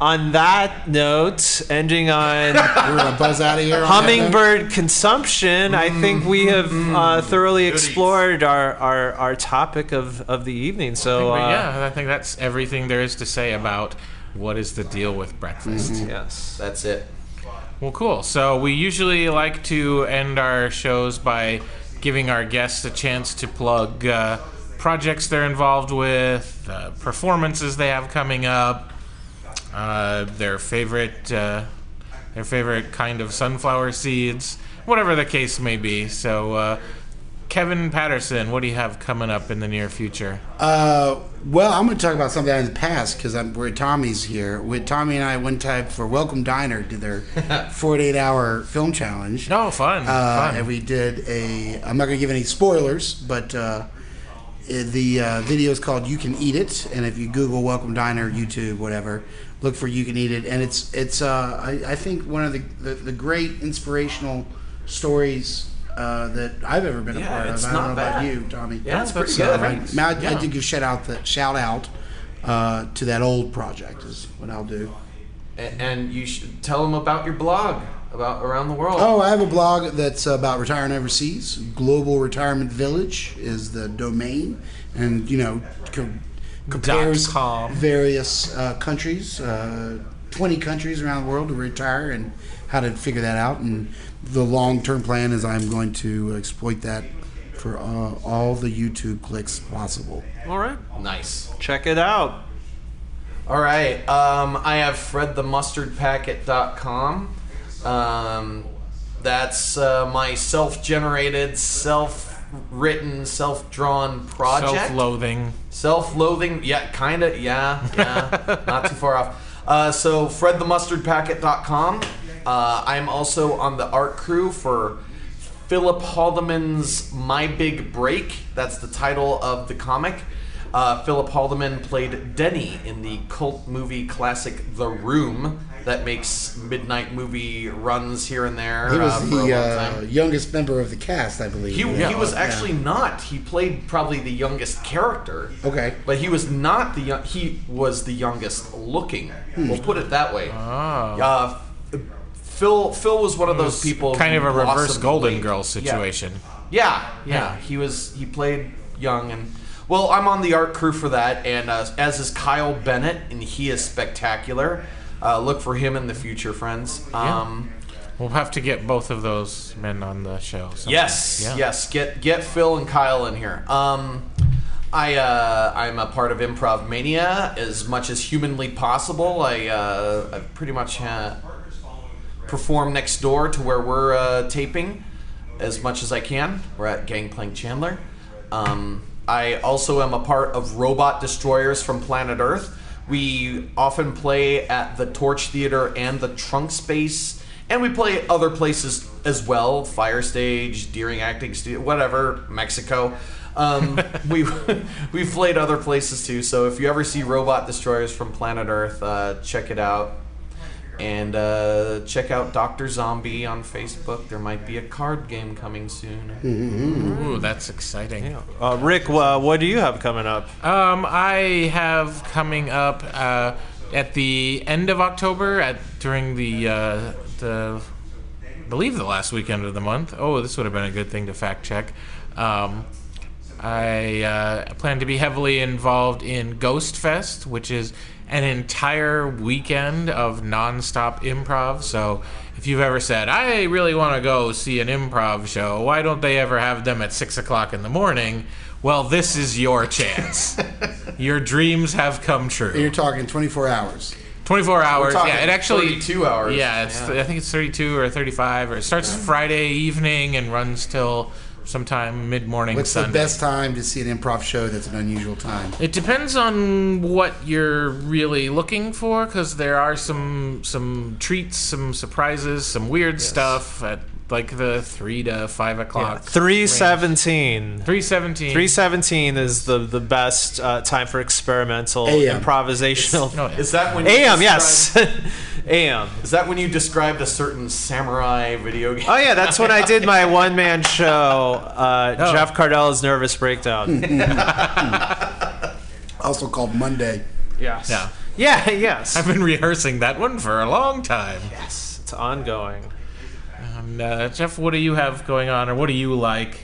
on that note, ending on We're gonna buzz out of here. on that note. hummingbird consumption, I Mm, think we have uh, thoroughly explored our, our, our topic of, of the evening. So, But uh, yeah, I think that's everything there is to say about what is the deal with breakfast. Mm-hmm. yes. That's it. Well, cool. So we usually like to end our shows by giving our guests a chance to plug uh, projects they're involved with, uh, performances they have coming up, uh, their favorite uh, their favorite kind of sunflower seeds, whatever the case may be. So. Uh, Kevin Patterson, what do you have coming up in the near future? Uh, well, I'm going to talk about something in the past because I'm where Tommy's here. With Tommy and I, one time for Welcome Diner, did their 48 hour film challenge. Oh, fun! Uh, fun. and we did a. I'm not going to give any spoilers, but uh, Uh, The uh, video is called "You Can Eat It," and if you Google "Welcome Diner," YouTube, whatever, look for "You Can Eat It," and it's it's uh, I, I think one of the, the the great inspirational stories uh, that I've ever been a part of. it's I don't not know about bad. you, Tommy. Yeah, it's pretty So, good. I, now I, I do give shout out the shout out uh, to that old project is what I'll do. A- And you should tell them about your blog about around the world. Oh, I have a blog that's about retiring overseas. Global Retirement Village is the domain, and you know co- compares Dot com. various uh, countries, uh, twenty countries around the world to retire and how to figure that out. And the long term plan is I'm going to exploit that for uh, all the YouTube clicks possible. All right, Nice. check it out. All right. Um, I have fredthemustardpacket.com. Um, that's uh, my self-generated, self-written, self-drawn project. Self-loathing. Self-loathing, yeah, kind of, yeah, yeah, not too far off. Uh, so fredthemustardpacket.com. Uh, I'm also on the art crew for Philip Haldeman's My Big Break. That's the title of the comic. Uh, Philip Haldeman played Denny in the cult movie classic The Room that makes midnight movie runs here and there. He uh, was for a long the time. uh, youngest member of the cast, I believe. He, Yeah. he was Yeah. actually not. He played probably the youngest character. Okay. But he was not the young, he was the youngest looking. Hmm. We'll put it that way. Ah. Uh, Phil Phil was one of those people Kind of who a reverse blossomed Golden late. Girl Yeah. situation. Yeah, yeah. He was he played young and well, I'm on the art crew for that, and uh, as is Kyle Bennett, and he is spectacular. Uh, look for him in the future, friends. Um, We'll have to get both of those men on the show. sometime. Yes, Yeah. yes. Get get Phil and Kyle in here. Um, I uh, I'm a part of Improv Mania as much as humanly possible. I uh, I pretty much uh, perform next door to where we're uh, taping as much as I can. We're at Gangplank Chandler. Um, I also am a part of Robot Destroyers from Planet Earth. We often play at the Torch Theater and the Trunk Space, and we play other places as well Fire Stage, Deering Acting Studio, whatever, Mexico. Um, we, we've played other places too, so if you ever see Robot Destroyers from Planet Earth, uh, check it out. And uh, check out Dr. Zombie on Facebook. There might be a card game coming soon. Ooh, that's exciting. Uh, Rick, uh, what do you have coming up? Um, I have coming up uh, at the end of October, at during the uh, the I believe the last weekend of the month. Oh, this would have been a good thing to fact check. Um, I uh, plan to be heavily involved in Ghost Fest, which is an entire weekend of nonstop improv. So, if you've ever said, "I really want to go see an improv show," why don't they ever have them at six o'clock in the morning? Well, this is your chance. your dreams have come true. You're talking 24 hours. 24 hours. talking Yeah, it actually 32 hours. Yeah, it's I think it's 32 or 35 or it starts Friday evening and runs till sometime mid-morning What's Sunday. the best time to see an improv show that's an unusual time? It depends on what you're really looking for, because there are some some treats, some surprises, some weird stuff at like the three to five o'clock. Three seventeen. Three seventeen. 317 is the, the best uh, time for experimental AM. improvisational. No, Oh, yeah. Is that when? You AM, describe- yes. AM. Is that when you described a certain samurai video game? Uh, Oh, yeah, that's when I did my one man show, uh, Oh. Hmm. Jeff Cardell's Nervous Breakdown. Also called Monday. yes. Yeah. Yeah, yes. I've been rehearsing that one for a long time. yes. It's ongoing. And, uh, Jeff, what do you have going on, or what do you like?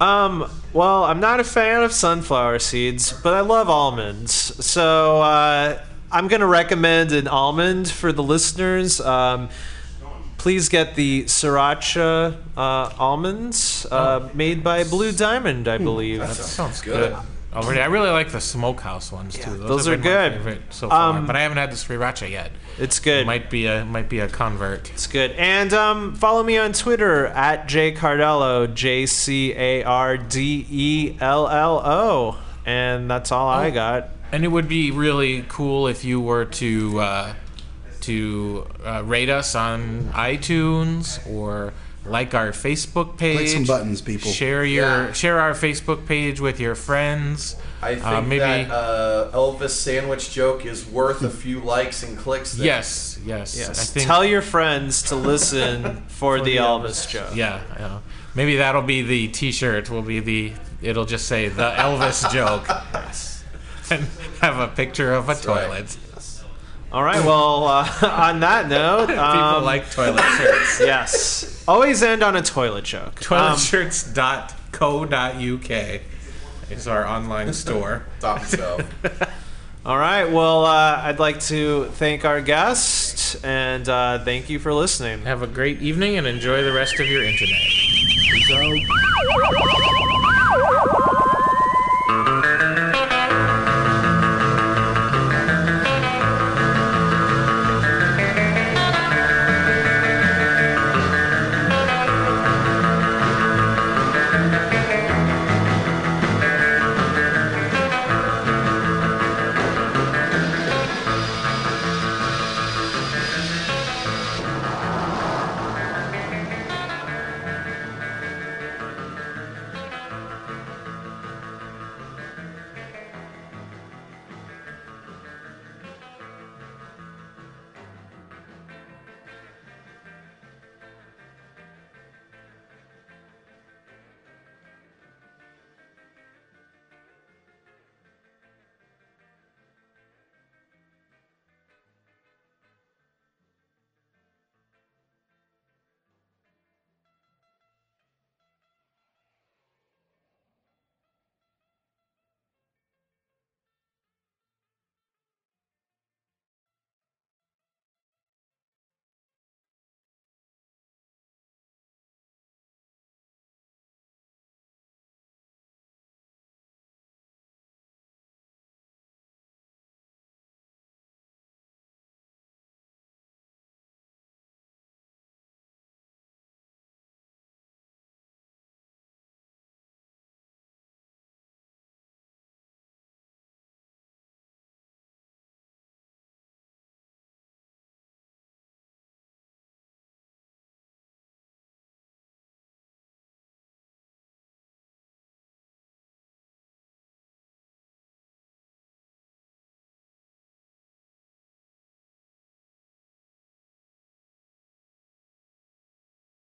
Um, well, I'm not a fan of sunflower seeds, but I love almonds. So uh, I'm going to recommend an almond for the listeners. Um, please get the Sriracha uh, almonds uh, made by Blue Diamond, I believe. Sounds good. Already, I really like the smokehouse ones too. those have are been my good. favorite so far, Um, but I haven't had the sriracha yet. It's good. Might be a might be a convert. It's good. And um, follow me on Twitter at J Cardello, J C A R D E L L O. And that's all I got. And it would be really cool if you were to uh, to uh, rate us on iTunes or like our Facebook page. some buttons, people. Share your Yeah. share our Facebook page with your friends. I think Uh, maybe- that uh, Elvis sandwich joke is worth a few likes and clicks. There. Yes, yes, Yes. I think, Tell your friends to listen for, the Elvis joke. yeah, yeah. Maybe that'll be the T-shirt. Will be the. It'll just say the Elvis joke, and have a picture of a right. toilet. All right. Well, uh, on that note, People um, like toilet shirts. yes, always end on a toilet joke. Um, Toiletshirts.co.uk is our online store. Stop yourself. All right. Well, uh, I'd like to thank our guest and uh, thank you for listening. Have a great evening and enjoy the rest of your internet. So. Thank you.